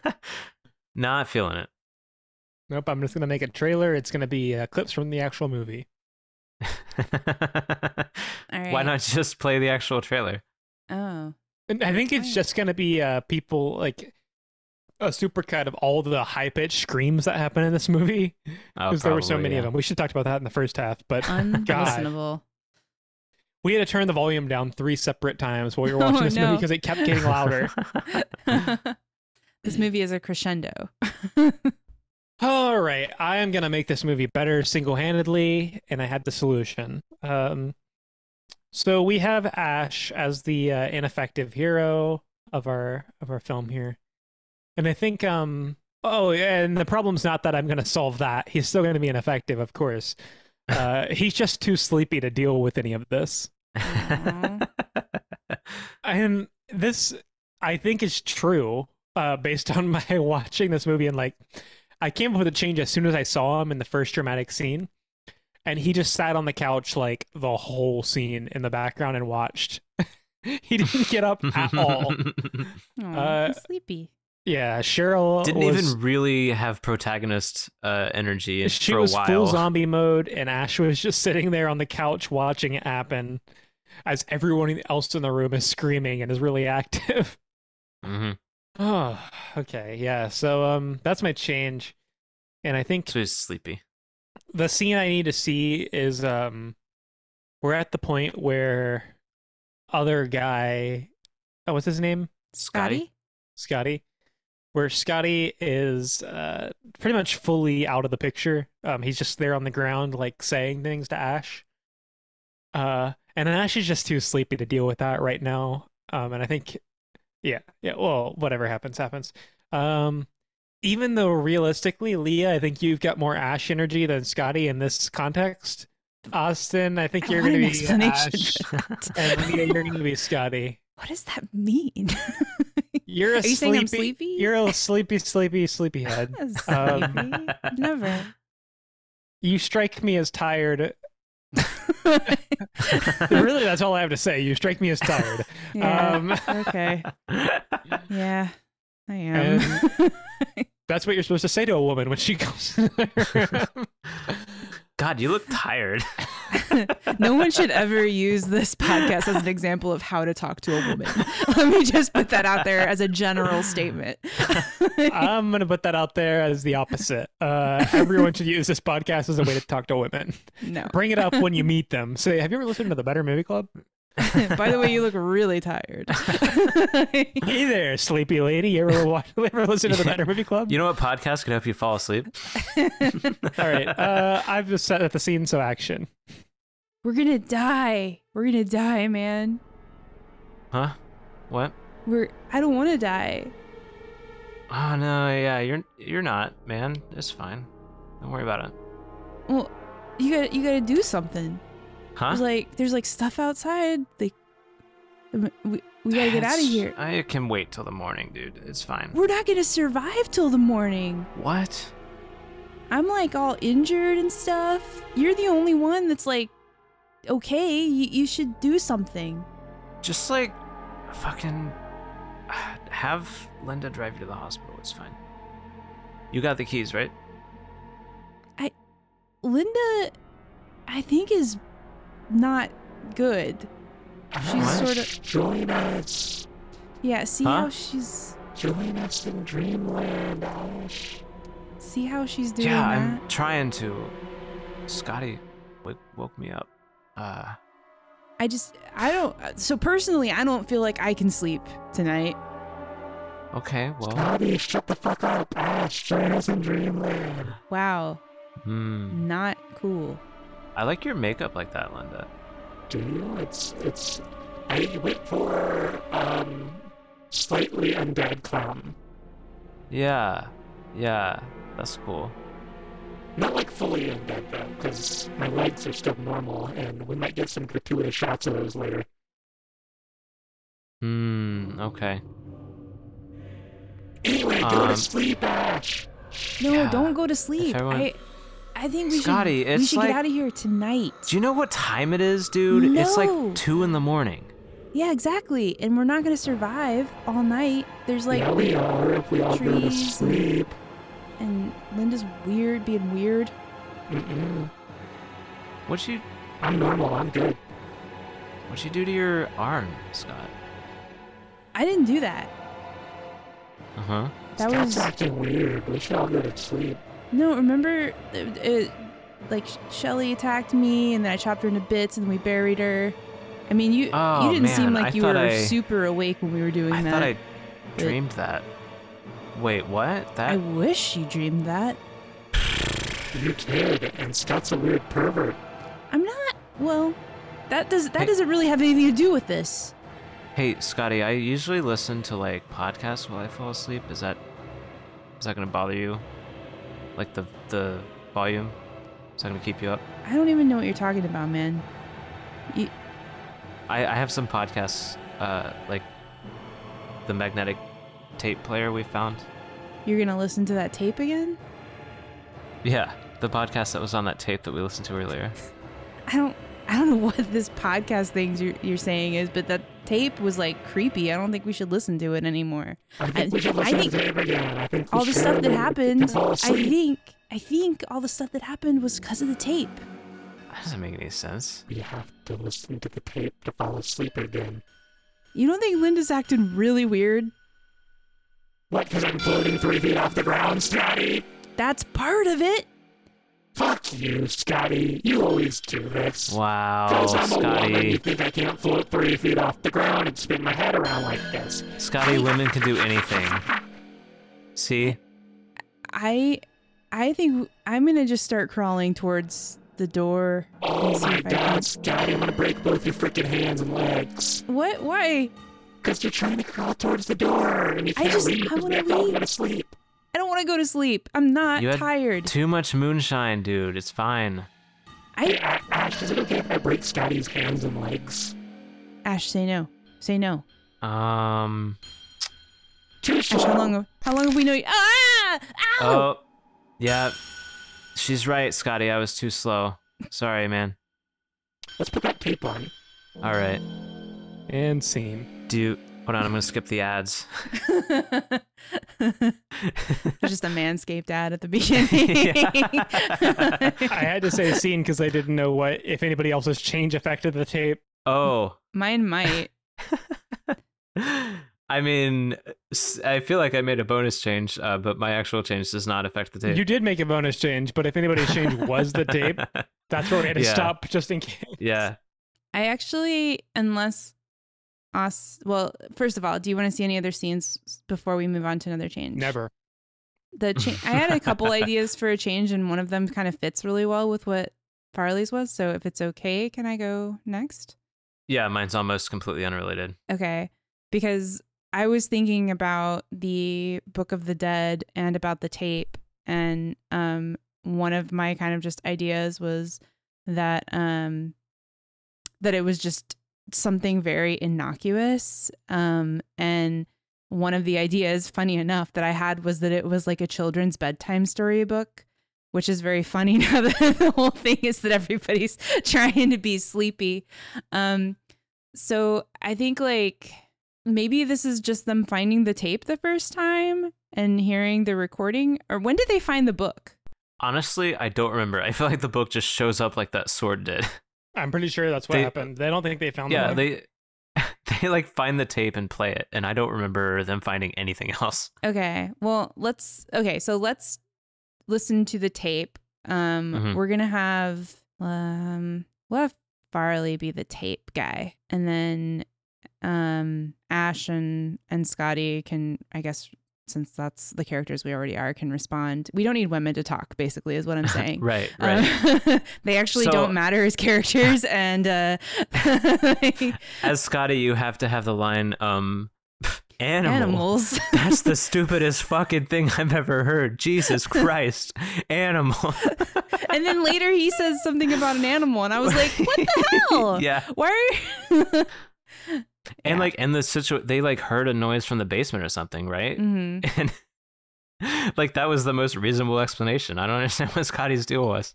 Speaker 5: Not feeling it.
Speaker 4: Nope, I'm just going to make a trailer. It's going to be uh, clips from the actual movie.
Speaker 2: All right.
Speaker 5: Why not just play the actual trailer?
Speaker 2: Oh.
Speaker 4: And I think it's
Speaker 2: Right.
Speaker 4: just going to be uh, people like a supercut of all the high pitched screams that happen in this movie
Speaker 5: Oh,
Speaker 4: because there were so
Speaker 5: probably,
Speaker 4: many
Speaker 5: yeah.
Speaker 4: of them. We should have talked about that in the first half, but
Speaker 2: Unlistenable.
Speaker 4: we had to turn the volume down three separate times while we were
Speaker 2: Oh,
Speaker 4: watching this movie
Speaker 2: no.
Speaker 4: because it kept getting louder.
Speaker 2: this movie is a crescendo.
Speaker 4: All right, I am gonna make this movie better single-handedly, and I had the solution. Um, so we have Ash as the uh, ineffective hero of our of our film here, and I think um oh, and the problem's not that I'm gonna solve that. He's still gonna be ineffective, of course. Uh, he's just too sleepy to deal with any of this.
Speaker 2: Aw.
Speaker 4: and this I think is true uh, based on my watching this movie and like I came up with a change as soon as I saw him in the first dramatic scene, and he just sat on the couch like the whole scene in the background and watched. he didn't get up at all.
Speaker 2: Aw,
Speaker 4: Uh,
Speaker 2: I'm sleepy.
Speaker 4: Yeah, Cheryl
Speaker 5: Didn't
Speaker 4: was,
Speaker 5: even really have protagonist uh, energy
Speaker 4: she
Speaker 5: for a
Speaker 4: was
Speaker 5: while.
Speaker 4: full zombie mode, and Ash was just sitting there on the couch watching it happen, as everyone else in the room is screaming and is really active.
Speaker 5: Mhm.
Speaker 4: Oh, okay, yeah. So um, that's my change, and I think
Speaker 5: So he's sleepy.
Speaker 4: the scene I need to see is um, we're at the point where other guy, oh, what's his name?
Speaker 5: Scotty?
Speaker 4: Scotty, where Scotty is uh pretty much fully out of the picture. Um, he's just there on the ground, like saying things to Ash. Uh, and Ash is just too sleepy to deal with that right now. Um, and I think, yeah, yeah, well, whatever happens, happens. Um, even though realistically, Leah, I think you've got more Ash energy than Scotty in this context. Austin, I think
Speaker 2: I
Speaker 4: you're
Speaker 2: want
Speaker 4: gonna
Speaker 2: an
Speaker 4: be
Speaker 2: explanation
Speaker 4: Ash,
Speaker 2: for that.
Speaker 4: and Leah, you're gonna be Scotty.
Speaker 2: What does that mean?
Speaker 4: You're a
Speaker 2: Are you saying I'm sleepy?
Speaker 4: You're a sleepy, sleepy, sleepy head. Um,
Speaker 2: Sleepy? Never.
Speaker 4: You strike me as tired. really, that's all I have to say. You strike me as tired.
Speaker 2: Yeah.
Speaker 4: Um,
Speaker 2: okay. Yeah. I am.
Speaker 4: And- that's what you're supposed to say to a woman when she comes. in the room.
Speaker 5: God, you look tired.
Speaker 2: no one should ever use this podcast as an example of how to talk to a woman. Let me just put that out there as a general statement.
Speaker 4: I'm gonna put that out there as the opposite. Uh, everyone should use this podcast as a way to talk to women.
Speaker 2: no.
Speaker 4: Bring it up when you meet them. Say, have you ever listened to the Better Movie Club?
Speaker 2: By the way, you look really tired.
Speaker 4: Hey there, sleepy lady. You ever watch, ever listen to the Better Movie Club?
Speaker 5: You know what podcast could help you fall asleep?
Speaker 4: All right. Uh, I've just set at the scene, so action.
Speaker 2: We're gonna die. We're gonna die, man.
Speaker 5: Huh? What?
Speaker 2: We're I don't wanna die.
Speaker 5: Oh no, yeah, you're you're not, man. It's fine. Don't worry about it.
Speaker 2: Well, you got to you gotta do something.
Speaker 5: Huh?
Speaker 2: There's like there's like stuff outside. Like we, we gotta get out of
Speaker 5: It's-
Speaker 2: here.
Speaker 5: I can wait till the morning, dude. It's fine.
Speaker 2: We're not gonna survive till the morning.
Speaker 5: What?
Speaker 2: I'm like all injured and stuff. You're the only one that's like, okay, you, you should do something.
Speaker 5: Just like fucking uh, have Linda drive you to the hospital. It's fine. You got the keys, right?
Speaker 2: Linda, I think, is not good. She's
Speaker 5: What?
Speaker 2: sort of.
Speaker 6: Join us.
Speaker 2: Yeah, see
Speaker 5: Huh?
Speaker 2: how she's.
Speaker 6: Join us in dreamland, Ash.
Speaker 2: See how she's doing
Speaker 5: yeah,
Speaker 2: that?
Speaker 5: I'm trying to. Scotty w- woke me up. Uh,
Speaker 2: I just. I don't. So personally, I don't feel like I can sleep tonight.
Speaker 5: okay, well,
Speaker 6: Bobby, shut the fuck up. Ash, join us in dreamland.
Speaker 2: Wow.
Speaker 5: hmm.
Speaker 2: Not cool.
Speaker 5: I like your makeup like that, Linda.
Speaker 6: Do you? It's it's. I wait for um slightly undead clown,
Speaker 5: Yeah, yeah, that's cool.
Speaker 6: not like fully undead though, because my legs are still normal, and we might get some gratuitous shots of those later.
Speaker 5: Hmm. Okay.
Speaker 6: Anyway, go
Speaker 5: Um,
Speaker 6: to sleep, Ash.
Speaker 2: No,
Speaker 5: Yeah.
Speaker 2: don't go to sleep.
Speaker 5: everyone-
Speaker 2: I, I think we
Speaker 5: Scotty,
Speaker 2: should. we
Speaker 5: it's
Speaker 2: should
Speaker 5: like-
Speaker 2: get out of here tonight.
Speaker 5: Do you know what time it is, dude? It's
Speaker 2: No.
Speaker 5: like two in the morning.
Speaker 2: Yeah, exactly. And we're not gonna survive all night. There's like
Speaker 6: yeah, we are. If we all go to
Speaker 2: trees and-
Speaker 6: sleep.
Speaker 2: and Linda's weird, being weird.
Speaker 6: Mm-mm.
Speaker 5: What you
Speaker 6: I'm normal. I'm good.
Speaker 5: what you do to your arm, Scott?
Speaker 2: I didn't do that.
Speaker 5: Uh huh.
Speaker 2: That
Speaker 6: Stop
Speaker 2: was
Speaker 6: acting weird. We should all go to sleep.
Speaker 2: no. Remember, it, it, like Shelly attacked me, and then I chopped her into bits, and we buried her. I mean, you
Speaker 5: Oh,
Speaker 2: you didn't seem
Speaker 5: man,
Speaker 2: like
Speaker 5: I
Speaker 2: you
Speaker 5: thought
Speaker 2: were
Speaker 5: I-
Speaker 2: super awake when we were doing
Speaker 5: I
Speaker 2: that.
Speaker 5: thought I dreamed that. Wait, what?
Speaker 2: I
Speaker 5: That
Speaker 2: wish you dreamed that.
Speaker 6: You did, and Scott's a weird pervert.
Speaker 2: I'm not. Well, that does that
Speaker 5: Hey.
Speaker 2: doesn't really have anything to do with this.
Speaker 5: Hey, Scotty, I usually listen to like podcasts while I fall asleep. Is that is that gonna bother you? Like the the volume? Is that gonna keep you up?
Speaker 2: I don't even know what you're talking about, man.
Speaker 5: I, I have some podcasts uh, like the magnetic tape player we found?
Speaker 2: You're gonna listen to that tape again?
Speaker 5: Yeah, the podcast that was on that tape that we listened to earlier.
Speaker 2: I don't I don't know what this podcast thing you're, you're saying is, but that tape was like creepy. I don't think we should listen to it anymore.
Speaker 6: I think we should
Speaker 2: I
Speaker 6: listen
Speaker 2: think-
Speaker 6: to him again. I think we
Speaker 2: All the stuff
Speaker 6: should.
Speaker 2: that happened,
Speaker 6: fall
Speaker 2: I
Speaker 6: asleep.
Speaker 2: think I think all the stuff that happened was because of the tape.
Speaker 5: That doesn't make any sense.
Speaker 6: We have to listen to the tape to fall asleep again.
Speaker 2: You don't think Linda's acting really weird?
Speaker 6: What? Because I'm floating three feet off the ground, Scotty?
Speaker 2: That's part of it.
Speaker 6: Fuck you, Scotty. You always do this.
Speaker 5: Wow,
Speaker 6: Because I'm a woman, you
Speaker 5: Scotty.
Speaker 6: think I can't float three feet off the ground and spin my head around like this?
Speaker 5: Scotty, women can do anything. See?
Speaker 2: I I think I'm gonna just start crawling towards the door.
Speaker 6: Oh
Speaker 2: See
Speaker 6: my
Speaker 2: if I can-
Speaker 6: god, Scotty, I'm gonna break both your freaking hands and legs.
Speaker 2: What? Why?
Speaker 6: Because you're trying to crawl towards the door and you
Speaker 2: I
Speaker 6: can't
Speaker 2: just-
Speaker 6: reach
Speaker 2: I
Speaker 6: because
Speaker 2: wanna
Speaker 6: you have to all
Speaker 2: leave.
Speaker 6: go to sleep.
Speaker 2: I don't want to go to sleep. I'm not
Speaker 5: You had
Speaker 2: tired.
Speaker 5: Too much moonshine, dude. It's fine.
Speaker 6: Hey,
Speaker 2: I
Speaker 6: A- Ash, is it okay if I break Scotty's hands and legs?
Speaker 2: Ash, say no. Say no.
Speaker 5: Um.
Speaker 6: Too
Speaker 2: Ash, how
Speaker 6: slow.
Speaker 2: long? How long have we known you? Ah! Ow!
Speaker 5: Oh. Yeah. She's right, Scotty. I was too slow. Sorry, man.
Speaker 6: Let's put that tape on.
Speaker 5: All right.
Speaker 4: And scene.
Speaker 5: Do. Hold on. I'm going to skip the ads.
Speaker 2: just a manscaped ad at the beginning.
Speaker 4: I had to say scene because I didn't know what if anybody else's change affected the tape.
Speaker 5: Oh.
Speaker 2: Mine might.
Speaker 5: I mean, s- I feel like I made a bonus change, uh, but my actual change does not affect the tape.
Speaker 4: You did make a bonus change, but if anybody's change was the tape, that's where we had to
Speaker 5: Yeah.
Speaker 4: stop just in case.
Speaker 5: yeah.
Speaker 2: I actually, unless us, well, first of all, do you want to see any other scenes before we move on to another change?
Speaker 4: Never.
Speaker 2: The cha- I had a couple ideas for a change, and one of them kind of fits really well with what Farley's was. So if it's okay, can I go next?
Speaker 5: Yeah. Mine's almost completely unrelated.
Speaker 2: Okay. Because I was thinking about the Book of the Dead and about the tape and um one of my kind of just ideas was that um that it was just something very innocuous um and one of the ideas funny enough that I had was that it was like a children's bedtime story book which is very funny now that the whole thing is that everybody's trying to be sleepy um so I think like maybe this is just them finding the tape the first time and hearing the recording. Or when did they find the book?
Speaker 5: Honestly, I don't remember. I feel like the book just shows up like that sword did.
Speaker 4: I'm pretty sure that's what
Speaker 5: They-
Speaker 4: happened. They don't think they found
Speaker 5: yeah,
Speaker 4: the
Speaker 5: they they like find the tape and play it, and I don't remember them finding anything else.
Speaker 2: Okay. Well, let's okay, so let's listen to the tape. Um
Speaker 5: Mhm.
Speaker 2: we're gonna have um we'll have Farley be the tape guy. And then um Ash and and Scotty can I guess since that's the characters we already are can respond. We don't need women to talk, basically, is what I'm saying.
Speaker 5: Right,
Speaker 2: Uh, they actually
Speaker 5: So-
Speaker 2: don't matter as characters, and uh,
Speaker 5: As Scotty, you have to have the line, um, animal.
Speaker 2: animals.
Speaker 5: That's the stupidest fucking thing I've ever heard. Jesus Christ, animal.
Speaker 2: and then later he says something about an animal, and I was like, "What the hell?
Speaker 5: yeah,
Speaker 2: Why?"
Speaker 5: and
Speaker 2: Yeah.
Speaker 5: like, and the situ, they like heard a noise from the basement or something, right?
Speaker 2: hmm
Speaker 5: And like that was the most reasonable explanation. I don't understand what Scotty's deal was.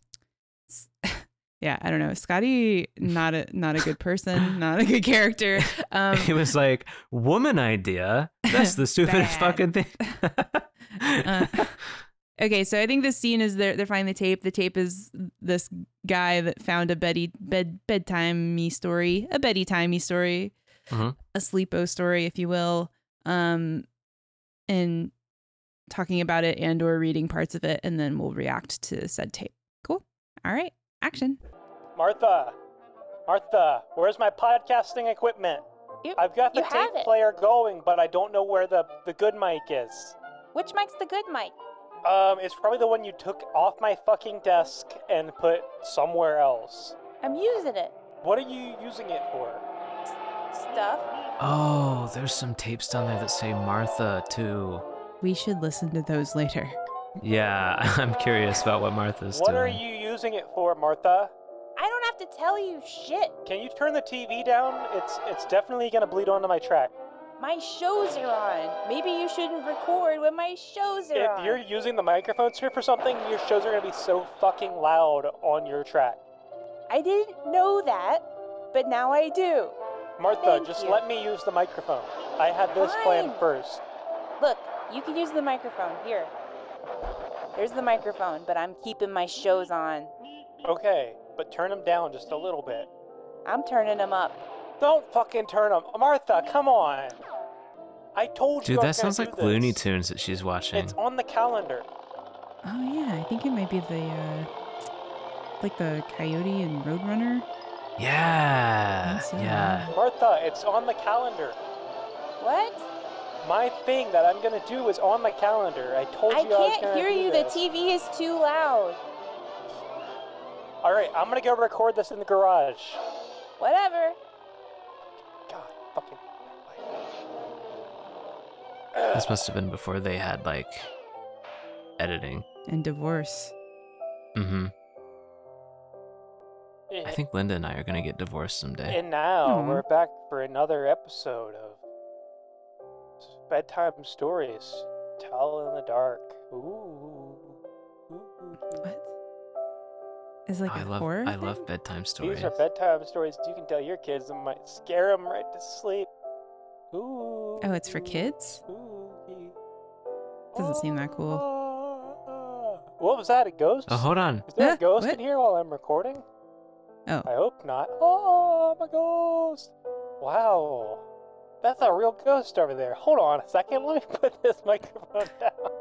Speaker 2: Yeah, I don't know. Scotty, not a not a good person, not a good character. Um,
Speaker 5: He was like, woman idea. That's the stupidest
Speaker 2: Bad.
Speaker 5: fucking thing.
Speaker 2: Uh, okay, so I think the scene is they're they're finding the tape. The tape is this guy that found a Betty bed bedtimey story, a Betty timey story,
Speaker 5: Mhm.
Speaker 2: a sleepo story, if you will, um, and talking about it and or reading parts of it, and then we'll react to said tape. Cool. All right, action.
Speaker 7: Martha, Martha, where's my podcasting equipment?
Speaker 8: You-
Speaker 7: I've got the
Speaker 8: you have
Speaker 7: tape
Speaker 8: it.
Speaker 7: player going, but I don't know where the, the good mic is.
Speaker 8: Which mic's the good mic?
Speaker 7: Um, it's probably the one you took off my fucking desk and put somewhere else.
Speaker 8: I'm using it.
Speaker 7: What are you using it for?
Speaker 8: Stuff.
Speaker 5: Oh, there's some tapes down there that say Martha too.
Speaker 2: We should listen to those later.
Speaker 5: Yeah, I'm curious about what Martha's
Speaker 7: what
Speaker 5: doing.
Speaker 7: are you using it for, Martha?
Speaker 8: I don't have to tell you shit.
Speaker 7: Can you turn the TV down? It's it's definitely gonna bleed onto my track.
Speaker 8: My shows are on. Maybe you shouldn't record when my shows are
Speaker 7: If
Speaker 8: on.
Speaker 7: you're using the microphones here for something, your shows are gonna be so fucking loud on your track.
Speaker 8: I didn't know that, but now I do.
Speaker 7: Martha,
Speaker 8: Thank
Speaker 7: just
Speaker 8: you.
Speaker 7: let me use the microphone. I had this planned
Speaker 8: Fine.
Speaker 7: first.
Speaker 8: Look, you can use the microphone here. There's the microphone, but I'm keeping my shows on.
Speaker 7: Okay, but turn them down just a little bit.
Speaker 8: I'm turning them up.
Speaker 7: Don't fucking turn them, Martha. Come on. I told you.
Speaker 5: Dude,
Speaker 7: I
Speaker 5: that
Speaker 7: was
Speaker 5: sounds
Speaker 7: gonna
Speaker 5: like
Speaker 7: do this.
Speaker 5: Looney Tunes that she's watching.
Speaker 7: It's on the calendar.
Speaker 2: Oh yeah, I think it might be the uh, like the Coyote and Roadrunner.
Speaker 5: Yeah,
Speaker 2: Awesome.
Speaker 5: yeah.
Speaker 7: Martha, it's on the calendar.
Speaker 8: What?
Speaker 7: My thing that I'm gonna do is on the calendar. I told
Speaker 8: I
Speaker 7: you I was
Speaker 8: can't
Speaker 7: gonna
Speaker 8: hear
Speaker 7: do
Speaker 8: you.
Speaker 7: This.
Speaker 8: The TV is too loud.
Speaker 7: All right, I'm gonna go record this in the garage.
Speaker 8: Whatever.
Speaker 7: God, fucking.
Speaker 5: This must have been before they had like editing.
Speaker 2: and divorce.
Speaker 5: Mm-hmm. I think Linda and I are gonna get divorced someday.
Speaker 7: And now
Speaker 2: Aw.
Speaker 7: we're back for another episode of bedtime stories. Towel in the dark. Ooh.
Speaker 2: What? Is like
Speaker 5: Oh, I
Speaker 2: a
Speaker 5: love
Speaker 2: horror?
Speaker 5: I
Speaker 2: thing?
Speaker 5: love bedtime stories.
Speaker 7: These are bedtime stories you can tell your kids that might scare them right to sleep. Ooh.
Speaker 2: Oh, it's for kids?
Speaker 7: Spooky.
Speaker 2: Doesn't seem that cool.
Speaker 7: What was that? A ghost?
Speaker 5: Oh, hold on.
Speaker 7: Is there
Speaker 2: Huh?
Speaker 7: a ghost
Speaker 2: What?
Speaker 7: in here while I'm recording?
Speaker 2: Oh.
Speaker 7: I hope not. Oh, I'm a ghost! Wow. That's a real ghost over there. Hold on a second. Let me put this microphone down.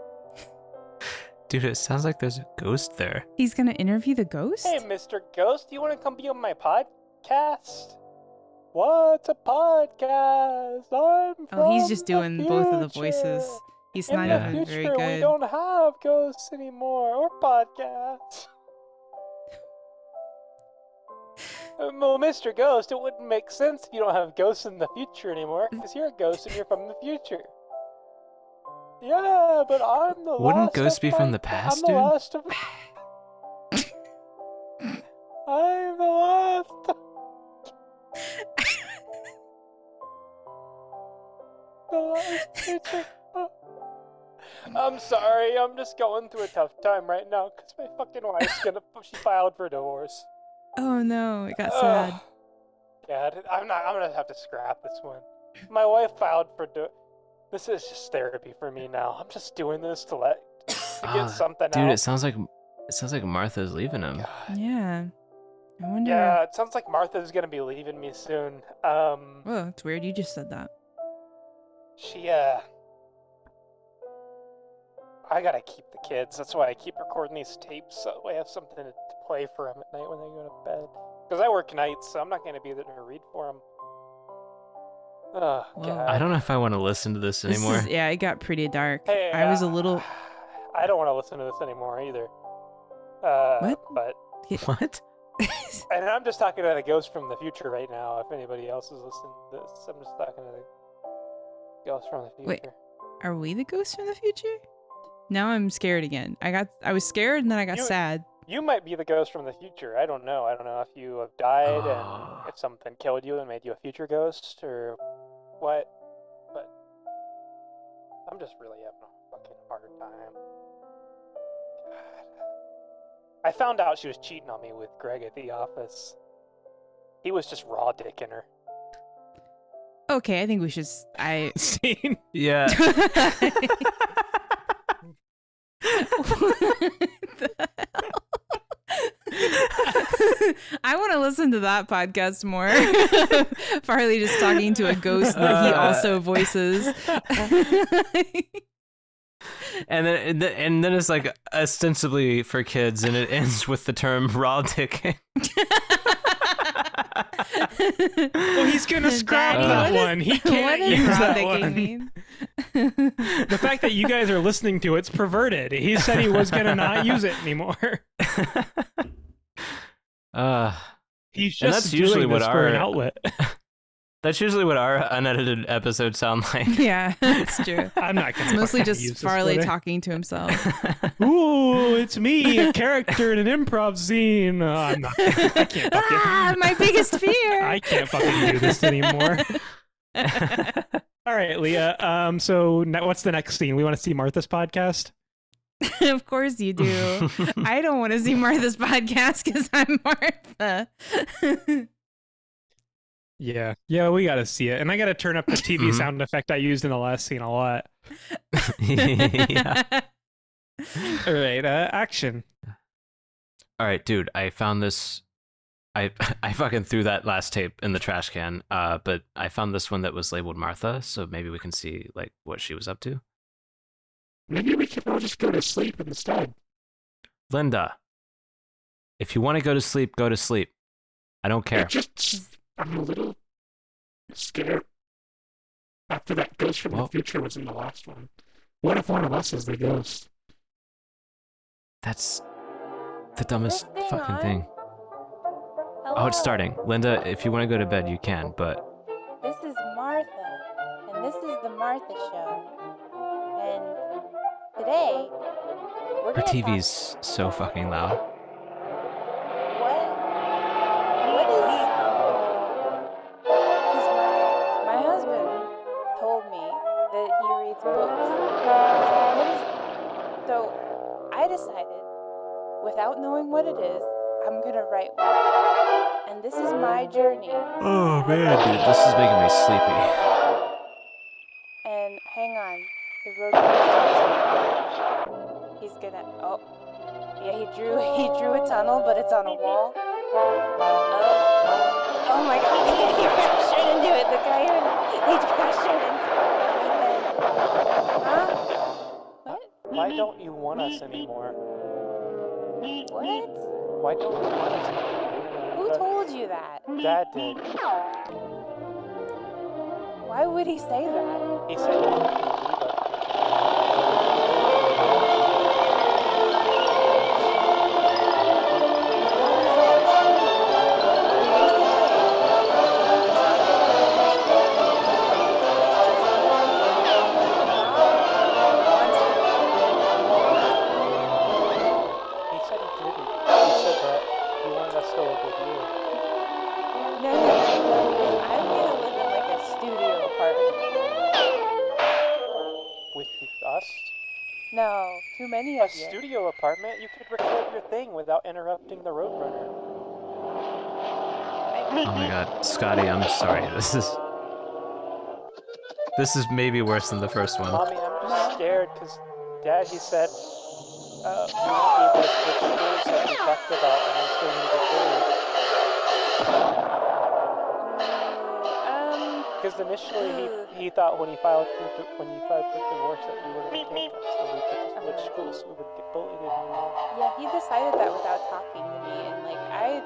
Speaker 5: Dude, it sounds like there's a ghost there.
Speaker 2: He's gonna interview the ghost?
Speaker 7: Hey, Mr. Ghost, you want to come be on my podcast? What's a podcast? I'm
Speaker 2: oh, he's
Speaker 7: from
Speaker 2: just
Speaker 7: the
Speaker 2: doing both of the
Speaker 7: future.
Speaker 2: voices. He's
Speaker 7: In
Speaker 2: not
Speaker 5: the
Speaker 2: even very
Speaker 7: future, we
Speaker 2: good.
Speaker 7: don't have ghosts anymore or podcasts. Uh, Well, Mr. Ghost, it wouldn't make sense if you don't have ghosts in the future anymore, because you're a ghost and you're from the future. Yeah, but I'm the
Speaker 5: Wouldn't
Speaker 7: last
Speaker 5: ghosts
Speaker 7: of
Speaker 5: be from
Speaker 7: my-
Speaker 5: the past,
Speaker 7: I'm the
Speaker 5: dude?
Speaker 7: last of. I'm the last. the last future. Oh. I'm sorry. I'm just going through a tough time right now because my fucking wife's gonna. She filed for divorce.
Speaker 2: Oh no, it got
Speaker 7: Ugh.
Speaker 2: sad.
Speaker 7: God, I'm not. I'm gonna have to scrap this one. My wife filed for. Do- this is just therapy for me now. I'm just doing this to let to
Speaker 5: Ah,
Speaker 7: get something
Speaker 5: Dude,
Speaker 7: out.
Speaker 5: it sounds like it sounds like Martha's leaving him.
Speaker 7: God.
Speaker 2: Yeah. I wonder.
Speaker 7: Yeah, it sounds like Martha's gonna be leaving me soon. Um,
Speaker 2: Whoa, it's weird. You just said that.
Speaker 7: she uh, I gotta keep the kids. That's why I keep recording these tapes so that way I have something to play for them at night when they go to bed. Because I work nights, so I'm not gonna be there to read for them. Oh
Speaker 2: Whoa.
Speaker 7: God.
Speaker 5: I don't know if I want to listen to this
Speaker 2: This
Speaker 5: anymore.
Speaker 2: is, yeah, it got pretty dark.
Speaker 7: Hey,
Speaker 2: I was a
Speaker 7: uh,
Speaker 2: little.
Speaker 7: I don't want to listen to this anymore either. Uh,
Speaker 2: What?
Speaker 7: But
Speaker 5: What?
Speaker 7: and I'm just talking about a ghost from the future right now. If anybody else is listening to this, I'm just talking to the ghost from the future.
Speaker 2: Wait. Are we the ghosts from the future? Now I'm scared again. I got. I was scared and then I got
Speaker 7: You-
Speaker 2: sad.
Speaker 7: You might be the ghost from the future. I don't know. I don't know if you have died and if something killed you and made you a future ghost or what. But I'm just really having a fucking hard time. God. I found out she was cheating on me with Greg at the office. He was just raw dicking her.
Speaker 2: Okay, I think we should. s- I.
Speaker 4: Scene.
Speaker 5: Yeah.
Speaker 2: I want to listen to that podcast more. Farley just talking to a ghost that he
Speaker 5: Uh.
Speaker 2: also voices.
Speaker 5: and then and then- and then it's like ostensibly for kids, and it ends with the term raw dick.
Speaker 4: Well, he's gonna scrap
Speaker 2: Daddy,
Speaker 4: that
Speaker 5: what
Speaker 2: is-
Speaker 4: one. he
Speaker 2: what
Speaker 4: can't
Speaker 2: does
Speaker 4: use
Speaker 2: raw
Speaker 4: that
Speaker 2: digging
Speaker 4: one.
Speaker 2: mean?
Speaker 4: The fact that you guys are listening to it's perverted. He said he was gonna not use it anymore.
Speaker 5: uh,
Speaker 4: He's just
Speaker 5: And that's usually
Speaker 4: doing
Speaker 5: what
Speaker 4: this for an
Speaker 5: our-
Speaker 4: outlet.
Speaker 5: That's usually what our unedited episodes sound like.
Speaker 2: yeah, that's true.
Speaker 4: I'm not gonna
Speaker 2: It's mostly
Speaker 4: fucking
Speaker 2: just
Speaker 4: use this
Speaker 2: Farley
Speaker 4: photo.
Speaker 2: talking to himself.
Speaker 4: Ooh, it's me, a character in an improv scene. Uh, I'm not, I can't fucking.
Speaker 2: ah, my biggest fear.
Speaker 4: I can't fucking do this anymore. All right, Leah. Um, so ne- what's the next scene? We want to see Martha's podcast.
Speaker 2: of course you do. I don't want to see Martha's podcast because I'm Martha.
Speaker 4: Yeah, yeah, we gotta see it, and I gotta turn up the TV
Speaker 5: Mhm.
Speaker 4: sound effect I used in the last scene a lot.
Speaker 5: yeah.
Speaker 4: All right, uh, action.
Speaker 5: All right, dude, I found this. I I fucking threw that last tape in the trash can. Uh, but I found this one that was labeled Martha, so maybe we can see like what she was up to.
Speaker 6: Maybe we can all just go to sleep instead.
Speaker 5: Linda, if you want to go to sleep, go to sleep. I don't
Speaker 6: I
Speaker 5: care.
Speaker 6: just, I'm a little scared. After that ghost from
Speaker 5: Well-
Speaker 6: the future was in the last one. What if one of us is the ghost?
Speaker 5: That's the dumbest
Speaker 8: This thing
Speaker 5: fucking
Speaker 8: on?
Speaker 5: thing. Oh,
Speaker 8: Hello.
Speaker 5: it's starting. Linda, if you want to go to bed, you can. But
Speaker 8: This is Martha, and this is the Martha Show. And today, we're
Speaker 5: her
Speaker 8: gonna talk-
Speaker 5: TV's so fucking loud.
Speaker 8: What? What is? Because my my husband told me that he reads books. What is? So I decided, without knowing what it is, I'm gonna write one. And this is my journey.
Speaker 5: Oh man, dude, this is making me sleepy.
Speaker 8: And hang on, the road goes down. He's gonna. Oh, yeah, he drew. He drew a tunnel, but it's on a wall. Oh, oh my God! he crashed right into it. The guy who he crashed right into. It. Huh? What?
Speaker 7: Why don't you want us anymore?
Speaker 8: What?
Speaker 7: Why don't you want us anymore?
Speaker 8: Who told you that?
Speaker 7: Dad did.
Speaker 8: Why would he say that?
Speaker 7: He said he wanted you to leave us. He said he didn't. He said that he wanted us to live with you.
Speaker 8: No, no, no, because I'm gonna live in like a studio apartment.
Speaker 7: With us?
Speaker 8: No, too many
Speaker 7: A
Speaker 8: of you.
Speaker 7: studio apartment? You could record your thing without interrupting the Roadrunner.
Speaker 8: I-
Speaker 5: Oh my god, Scotty, I'm sorry. This is this is maybe worse than the first one.
Speaker 7: Mommy, I'm just scared because Dad, he said, uh, we won't be able to switch schools that we talked about and I'm still going to get bullied.
Speaker 8: Mm, um,
Speaker 7: Because initially he, he thought when he filed for, di- when he filed for divorce that you were going to take us so we could just
Speaker 8: Uh-huh.
Speaker 7: switch schools so we would get bullied anymore.
Speaker 8: Yeah, he decided that without talking to me, and like I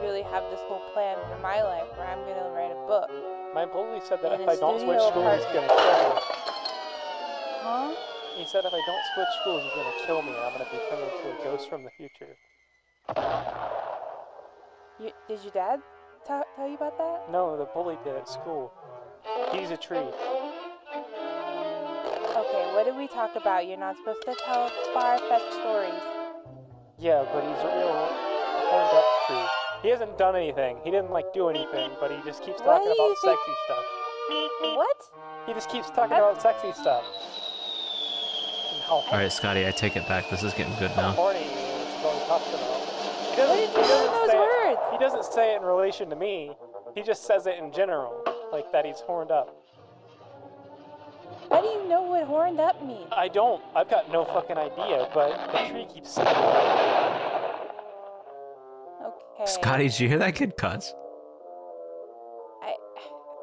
Speaker 8: really have this whole plan for my life where I'm gonna write a book.
Speaker 7: My bully said that
Speaker 8: In
Speaker 7: if
Speaker 8: a
Speaker 7: I don't switch schools,
Speaker 8: studio
Speaker 7: he's going to kill me.
Speaker 8: Huh?
Speaker 7: He said if I don't switch schools, he's going to kill me and I'm going to be turned into a ghost from the future.
Speaker 8: You, did your dad ta- tell you about that?
Speaker 7: No, the bully did at school. He's a tree.
Speaker 8: Okay, what did we talk about? You're not supposed to tell far-fetched stories.
Speaker 7: Yeah, but he's a real horned up tree. He hasn't done anything. He didn't like do anything, but he just keeps
Speaker 8: Why
Speaker 7: talking
Speaker 8: do you
Speaker 7: about
Speaker 8: think-
Speaker 7: sexy stuff.
Speaker 8: What?
Speaker 7: He just keeps talking
Speaker 8: I-
Speaker 7: about sexy stuff. No.
Speaker 5: All right, Scotty, I take it back. This is getting good
Speaker 7: How
Speaker 5: now.
Speaker 7: horny he is, is what he talks about. He
Speaker 8: What
Speaker 7: doesn't, he
Speaker 8: did you learn
Speaker 7: doesn't
Speaker 8: those
Speaker 7: say it,
Speaker 8: words?
Speaker 7: he doesn't say it in relation to me. He just says it in general, like that he's horned up.
Speaker 8: How do you know what horned up means?
Speaker 7: I don't. I've got no fucking idea, but the tree keeps saying it.
Speaker 8: Okay.
Speaker 5: Scotty, did you hear that kid cuss?
Speaker 8: I,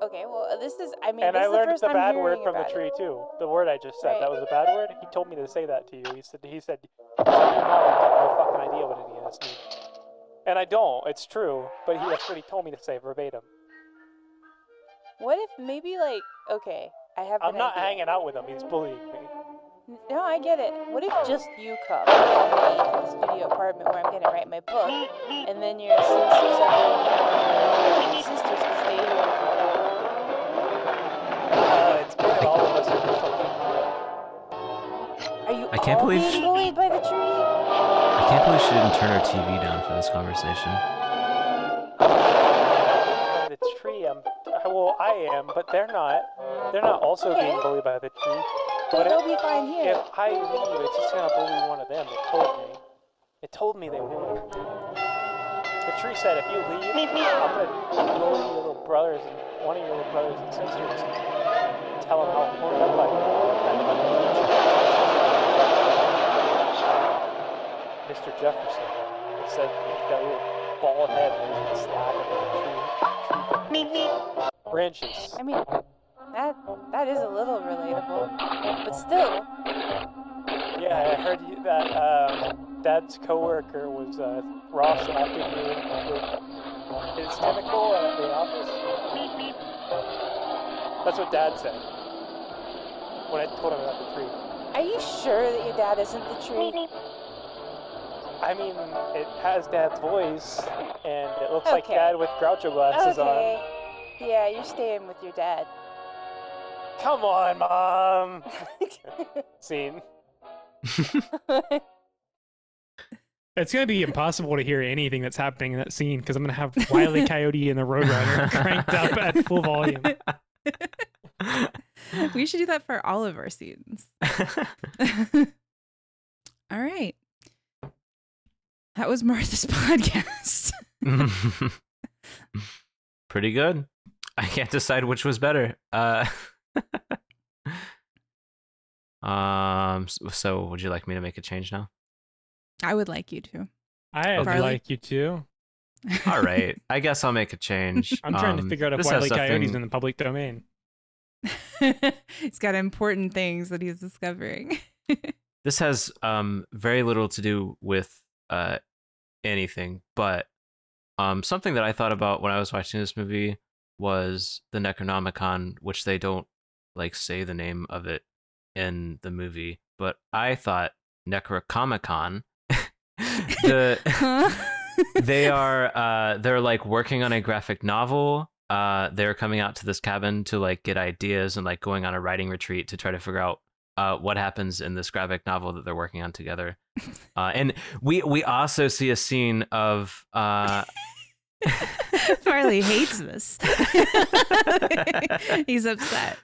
Speaker 8: okay, well, this is. I mean,
Speaker 7: and
Speaker 8: this
Speaker 7: I
Speaker 8: is the
Speaker 7: learned
Speaker 8: first
Speaker 7: the
Speaker 8: time
Speaker 7: bad
Speaker 8: hearing
Speaker 7: word from the
Speaker 8: about it.
Speaker 7: tree too. The word I just said,
Speaker 8: Right.
Speaker 7: that was a bad word. He told me to say that to you. He said he said "You tell your mom you got no fucking idea what any of this means. And I don't, it's true, but he, that's what he told me to say verbatim.
Speaker 8: What if maybe like? Okay, I have.
Speaker 7: I'm
Speaker 8: an
Speaker 7: not
Speaker 8: idea.
Speaker 7: hanging out with him, he's bullying me.
Speaker 8: No, I get it. What if just you come with me to the studio apartment where I'm gonna write my book, and then your six or seven brothers and sisters can stay here and can go
Speaker 7: thought all of us would be fucking.
Speaker 8: Are you
Speaker 5: I can't
Speaker 8: all
Speaker 5: believe-
Speaker 8: being bullied by the tree?
Speaker 5: I can't believe she didn't turn her TV down for this conversation.
Speaker 7: By the tree, I'm. I- Well, I am, but they're not. They're not also being
Speaker 8: Okay.
Speaker 7: bullied by the tree.
Speaker 8: But
Speaker 7: But
Speaker 8: Oh, they'll
Speaker 7: if,
Speaker 8: be fine
Speaker 7: if
Speaker 8: here.
Speaker 7: I leave, it's just gonna bully one of them. It told me. It told me they would. The tree said, if you leave, I'm gonna bully your little brothers and one of your little brothers and sisters. and Tell them how horned up I am. and I'm gonna teach you." Mr. Jefferson, it said he's got a little bald head and he's been slapping with the tree. tree Branches.
Speaker 8: I mean, that that is a little relatable, but still.
Speaker 7: Yeah, I heard you, that um, Dad's coworker was uh, raw slapping you with his tentacle at the office. That's what Dad said when I told him about the tree.
Speaker 8: Are you sure that your dad isn't the tree?
Speaker 7: I mean, it has Dad's voice, and it looks like
Speaker 8: Okay. Oh.
Speaker 7: Dad with Groucho glasses
Speaker 8: Okay. Yeah, you're staying with your dad.
Speaker 7: on. Come on, Mom. Scene.
Speaker 4: It's gonna be impossible to hear anything that's happening in that scene because I'm gonna have Wiley Coyote and the Roadrunner cranked up at full volume.
Speaker 2: we should do that for all of our scenes. all right. That was Martha's podcast.
Speaker 5: Pretty good. I can't decide which was better. Uh, um. s- So, would you like me to make a change now?
Speaker 2: I would like you to.
Speaker 4: I'd
Speaker 2: Farley?
Speaker 4: like you too.
Speaker 5: All right. I guess I'll make a change.
Speaker 4: I'm trying to
Speaker 5: Um,
Speaker 4: figure out if
Speaker 5: this has
Speaker 4: Wiley Coyote's
Speaker 5: nothing-
Speaker 4: in the public domain.
Speaker 2: he's got important things that he's discovering.
Speaker 5: this has um very little to do with uh anything but um something that i thought about when i was watching this movie was the necronomicon which they don't like say the name of it in the movie but i thought necrocomicon the
Speaker 2: Huh?
Speaker 5: they are uh they're like working on a graphic novel uh they're coming out to this cabin to like get ideas and like going on a writing retreat to try to figure out uh what happens in this graphic novel that they're working on together uh and we we also see a scene of uh
Speaker 2: Farley hates this. he's upset.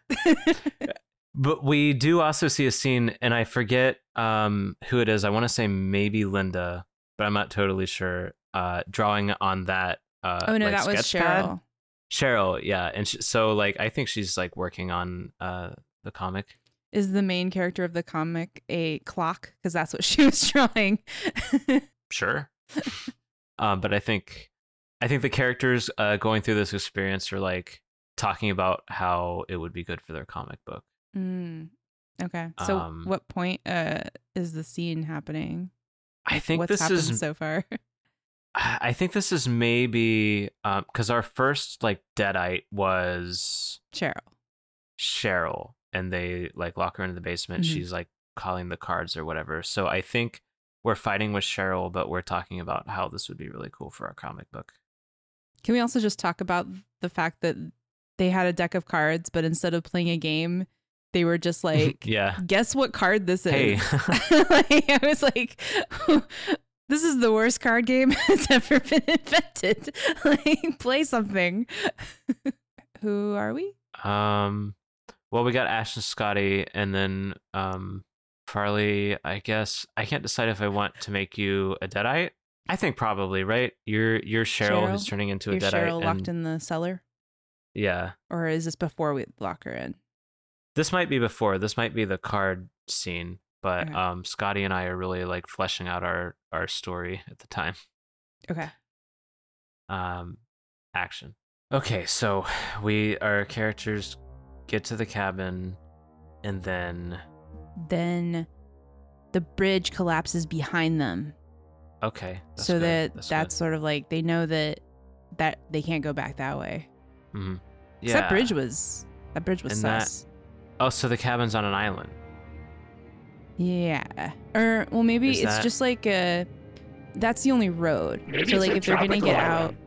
Speaker 5: but we do also see a scene and i forget um who it is i want to say maybe linda but i'm not totally sure uh drawing on that uh
Speaker 2: oh no,
Speaker 5: like,
Speaker 2: that was
Speaker 5: sketch
Speaker 2: Cheryl.
Speaker 5: pad. Cheryl, yeah, and sh so like I think she's like working on uh the comic.
Speaker 2: Is the main character of the comic a clock? Because that's what she was drawing.
Speaker 5: Sure. um, but I think I think the characters uh going through this experience are like talking about how it would be good for their comic book.
Speaker 2: Mm, Okay. So,
Speaker 5: Um,
Speaker 2: what point uh, is the scene happening?
Speaker 5: I think
Speaker 2: What's
Speaker 5: this
Speaker 2: happened
Speaker 5: is
Speaker 2: so far?
Speaker 5: I I think this is maybe um because our first like deadite was
Speaker 2: Cheryl.
Speaker 5: Cheryl and they like lock her into the basement.
Speaker 2: Mhm.
Speaker 5: She's like calling the cards or whatever. So I think we're fighting with Cheryl, but we're talking about how this would be really cool for our comic book.
Speaker 2: Can we also just talk about the fact that they had a deck of cards, but instead of playing a game, they were just like,
Speaker 5: yeah.
Speaker 2: guess what card this is?
Speaker 5: Hey.
Speaker 2: like, I was like, this is the worst card game that's ever been invented. like, play something. Who are we?
Speaker 5: um well we got Ash and Scotty and then um Farley, I guess I can't decide if I want to make you a deadite. I think probably, right? You're you're Cheryl, who's
Speaker 2: Cheryl?
Speaker 5: turning into a
Speaker 2: You're
Speaker 5: deadite.
Speaker 2: Cheryl locked
Speaker 5: and-
Speaker 2: in the cellar?
Speaker 5: Yeah.
Speaker 2: Or is this before we lock her in?
Speaker 5: This might be before. This might be the card scene, but
Speaker 2: Okay.
Speaker 5: um Scotty and I are really like fleshing out our our story at the time.
Speaker 2: Okay.
Speaker 5: um, action. Okay, so we our characters get to the cabin, and then
Speaker 2: Then the bridge collapses behind them.
Speaker 5: okay, that's
Speaker 2: so
Speaker 5: good,
Speaker 2: that that's,
Speaker 5: good.
Speaker 2: sort of like they know that that they can't go back that way.
Speaker 5: Mm-hmm.
Speaker 2: 'Cause That bridge was that bridge was
Speaker 5: And that-
Speaker 2: sus.
Speaker 5: Oh, so the cabin's on an island.
Speaker 2: yeah. Or well maybe
Speaker 5: Is
Speaker 2: it's
Speaker 5: that-
Speaker 2: just like a that's the only road.
Speaker 6: Maybe
Speaker 2: so
Speaker 6: it's
Speaker 2: like
Speaker 6: a
Speaker 2: if they're gonna
Speaker 6: tropical
Speaker 2: get out
Speaker 6: island.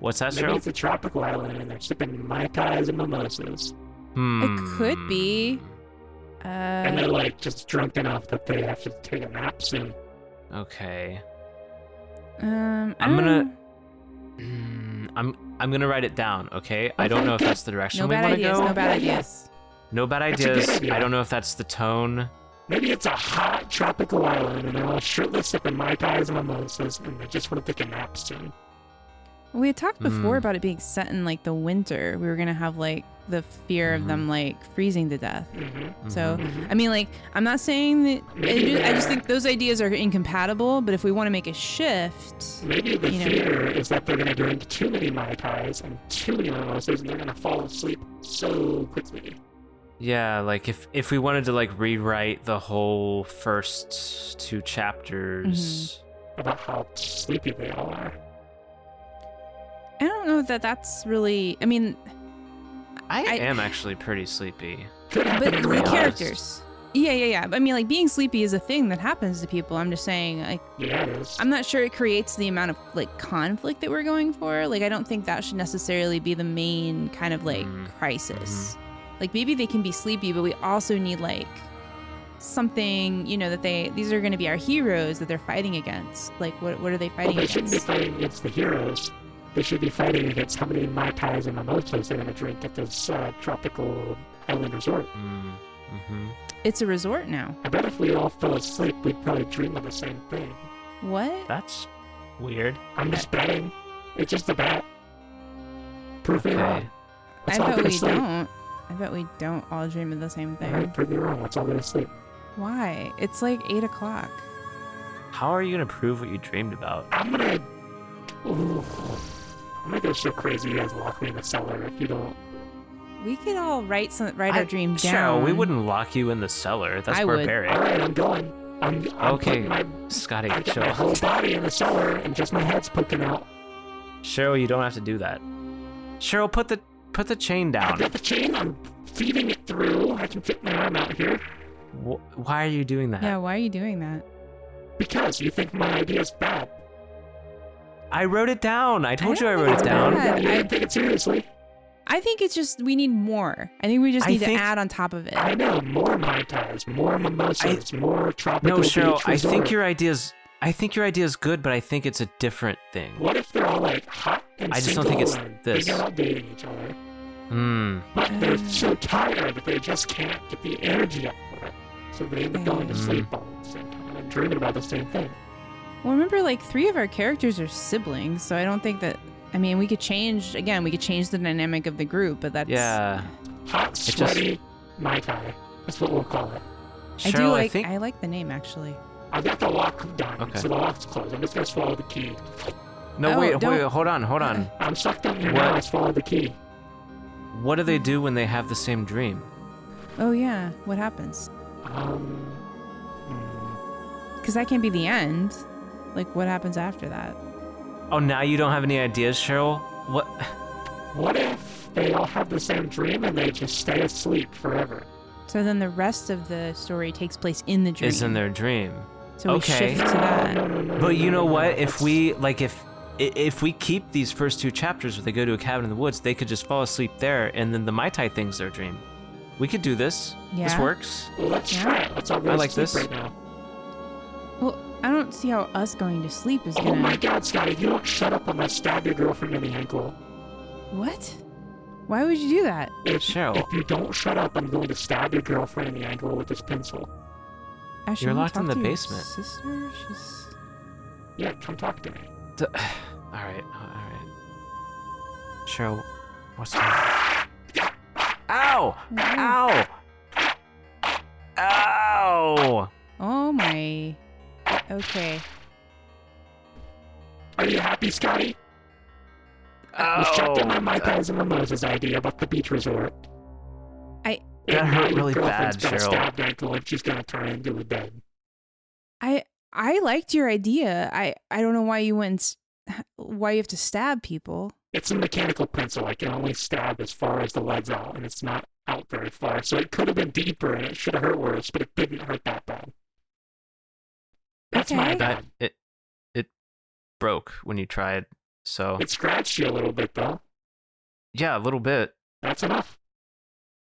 Speaker 5: What's that,
Speaker 6: Maybe
Speaker 5: Cheryl?
Speaker 6: it's a tropical island and they're sipping mai tais and mimosas.
Speaker 5: Hmm.
Speaker 2: It could be.
Speaker 6: and they're
Speaker 2: Uh,
Speaker 6: like just drunk enough that they have to take a nap soon.
Speaker 5: Okay.
Speaker 2: um, I
Speaker 5: I'm gonna-
Speaker 2: don't-
Speaker 5: Mm, I'm I'm gonna write it down. Okay. I don't know if that's the direction
Speaker 2: No
Speaker 5: we
Speaker 2: bad
Speaker 5: want to
Speaker 2: ideas.
Speaker 5: go.
Speaker 2: No bad ideas.
Speaker 5: No bad
Speaker 6: That's a good
Speaker 5: ideas.
Speaker 6: idea.
Speaker 5: I don't know if that's the tone.
Speaker 6: Maybe it's a hot tropical island and they're all shirtless sipping mai tais and mimosas and they just want to take a nap soon.
Speaker 2: We had talked before
Speaker 5: Mm.
Speaker 2: about it being set in like the winter. We were gonna have like the fear of them like freezing to death.
Speaker 6: hmm
Speaker 2: So I mean, like I'm not saying that. I
Speaker 6: Maybe
Speaker 2: just, I just
Speaker 6: they're-
Speaker 2: think those ideas are incompatible. But if we want to make a shift,
Speaker 6: Maybe the
Speaker 2: You know-
Speaker 6: fear is that they're gonna drink too many mai tais and too many mimosas and they're gonna fall asleep so quickly.
Speaker 5: Yeah, like if if we wanted to like rewrite the whole first two chapters.
Speaker 2: Mm-hmm.
Speaker 6: about how sleepy they all are.
Speaker 2: I don't know that that's really. I mean,
Speaker 5: I,
Speaker 2: I-
Speaker 5: am actually pretty sleepy.
Speaker 6: Could happen
Speaker 2: but
Speaker 6: in
Speaker 2: the
Speaker 6: real life.
Speaker 2: characters. Yeah, yeah, yeah. I mean, like being sleepy is a thing that happens to people. I'm just saying, like,
Speaker 6: Yeah, it is.
Speaker 2: I'm not sure it creates the amount of like conflict that we're going for. Like, I don't think that should necessarily be the main kind of like
Speaker 5: Mm.
Speaker 2: crisis.
Speaker 5: Mm-hmm.
Speaker 2: Like, maybe they can be sleepy, but we also need like something, you know, that they these are going to be our heroes that they're fighting against. Like, what what are they
Speaker 6: well,
Speaker 2: fighting
Speaker 6: they shouldn't be
Speaker 2: against?
Speaker 6: fighting against the heroes. They should be fighting against how many Mai Tais and mimosas they're gonna drink at this uh, tropical island resort.
Speaker 5: Mm, hmm
Speaker 2: It's a resort now.
Speaker 6: I bet if we all fell asleep, we'd probably dream of the same thing.
Speaker 2: What?
Speaker 5: That's weird.
Speaker 6: I'm just betting. It's just a bet. Prove me
Speaker 5: Okay.
Speaker 6: wrong.
Speaker 2: I
Speaker 6: Let's all
Speaker 2: bet
Speaker 6: go to
Speaker 2: we
Speaker 6: sleep.
Speaker 2: don't. I bet we don't all dream of the same
Speaker 6: All
Speaker 2: thing.
Speaker 5: Mm-hmm.
Speaker 6: right, prove me wrong. Let's all go to sleep.
Speaker 2: Why? It's like eight o'clock.
Speaker 5: How are you gonna prove what you dreamed about?
Speaker 6: I'm gonna. Ooh. I'm gonna go so crazy you guys lock me in the cellar if you don't.
Speaker 2: We could all write some write
Speaker 5: I-
Speaker 2: our dream
Speaker 5: Chow,
Speaker 2: down.
Speaker 5: we wouldn't lock you in the cellar. That's
Speaker 2: I would.
Speaker 5: barbaric.
Speaker 6: All right, I'm going. I'm, I'm
Speaker 5: Okay,
Speaker 6: putting my
Speaker 5: Scotty,
Speaker 6: I got
Speaker 5: chill.
Speaker 6: my whole body in the cellar and just my head's poking out.
Speaker 5: Cheryl, you don't have to do that. Cheryl, put the put the chain down.
Speaker 6: I've got the chain. I'm feeding it through. I can fit my arm out here.
Speaker 5: Wh- why are you doing that?
Speaker 2: Yeah. Why are you doing that?
Speaker 6: Because you think my idea's bad.
Speaker 5: I wrote it down. I told you I
Speaker 2: don't
Speaker 5: wrote
Speaker 2: think
Speaker 5: it
Speaker 2: it's
Speaker 5: down.
Speaker 2: bad.
Speaker 6: You
Speaker 2: Oh, I-
Speaker 6: didn't take it seriously.
Speaker 2: I think it's just we need more. I think we just
Speaker 5: I
Speaker 2: need to
Speaker 5: think-
Speaker 2: add on top of it.
Speaker 6: I know. More Mai Tais, more mimosas, more
Speaker 5: No,
Speaker 6: tropical
Speaker 5: Cheryl,
Speaker 6: beach
Speaker 5: I think
Speaker 6: resort.
Speaker 5: your idea's I think your idea's good, but I think it's a different thing.
Speaker 6: What if they're all like hot and
Speaker 5: I just don't
Speaker 6: single
Speaker 5: think it's
Speaker 6: and
Speaker 5: this.
Speaker 6: They're not dating each other.
Speaker 5: Hmm.
Speaker 6: But they're so tired that they just can't get the energy up for it. So they end up going to
Speaker 5: Mm.
Speaker 6: sleep all at the same time and dreaming about the same thing.
Speaker 2: well, remember, like three of our characters are siblings, so I don't think that. I mean, we could change again. We could change the dynamic of the group, but that's
Speaker 5: Yeah.
Speaker 6: Hot,
Speaker 5: just-
Speaker 6: sweaty Mai Tai. That's what we'll call it.
Speaker 2: I
Speaker 5: Cheryl,
Speaker 2: do like. I,
Speaker 5: think
Speaker 2: like the name actually.
Speaker 6: I've got the lock done,
Speaker 5: Okay.
Speaker 6: so the lock's closed. I'm just gonna swallow the key.
Speaker 5: No,
Speaker 2: Oh,
Speaker 5: wait,
Speaker 2: don't-
Speaker 5: wait, hold on, hold on.
Speaker 6: I'm sucked down here now.
Speaker 5: What?
Speaker 6: I swallow the key.
Speaker 5: What do they do when they have the same dream?
Speaker 2: Oh yeah, what happens?
Speaker 6: Um,
Speaker 5: hmm.
Speaker 2: Because that can't be the end. Like, what happens after that?
Speaker 5: Oh, now you don't have any ideas, Cheryl? What
Speaker 6: what if they all have the same dream and they just stay asleep forever?
Speaker 2: So then the rest of the story takes place in the dream.
Speaker 5: is in their dream?
Speaker 2: So
Speaker 5: okay.
Speaker 2: we shift to that.
Speaker 5: But you know what? If we like if i- if we keep these first two chapters where they go to a cabin in the woods, they could just fall asleep there and then the Mai Tai thing's their dream. We could do this. This
Speaker 2: Yeah.
Speaker 5: works.
Speaker 6: Well, let's
Speaker 2: Yeah.
Speaker 6: try it. Let's all go
Speaker 5: I
Speaker 6: to
Speaker 5: like
Speaker 6: sleep
Speaker 5: this.
Speaker 6: right now.
Speaker 2: Well, I don't see how us going to sleep is
Speaker 6: Oh
Speaker 2: gonna.
Speaker 6: my God, Scott! If you don't shut up, I'm gonna stab your girlfriend in the ankle.
Speaker 2: What? Why would you do that?
Speaker 6: If,
Speaker 5: Cheryl.
Speaker 6: if you don't shut up, I'm going to stab your girlfriend in the ankle with this pencil.
Speaker 2: Ash,
Speaker 5: You're
Speaker 2: you wanna
Speaker 5: locked in
Speaker 2: talk
Speaker 5: the
Speaker 2: to your
Speaker 5: basement.
Speaker 2: Sister, she's.
Speaker 6: Yeah, come talk to me.
Speaker 5: D- all right, all right. Cheryl, what's that? Ow! Ow! Ow!
Speaker 2: Oh my. Okay.
Speaker 6: Are you happy, Scotty? You shut down my
Speaker 5: Ow!
Speaker 6: Mai Tais and Mimosas idea about the beach resort.
Speaker 2: I
Speaker 5: That
Speaker 6: And
Speaker 5: hurt
Speaker 6: now your
Speaker 5: really
Speaker 6: girlfriend's
Speaker 5: bad,
Speaker 6: gonna
Speaker 5: Cheryl.
Speaker 6: Stab your ankle and she's gonna turn into a bed.
Speaker 2: I I liked your idea. I I don't know why you went s- why you have to stab people.
Speaker 6: It's a mechanical pencil. I can only stab as far as the lead's out, and it's not out very far. So it could have been deeper, and it should have hurt worse, but it didn't hurt that bad. That's my
Speaker 5: That
Speaker 2: Okay.
Speaker 6: bad.
Speaker 5: it it broke when you tried. So
Speaker 6: It scratched you a little bit, though.
Speaker 5: yeah, a little bit.
Speaker 6: That's enough.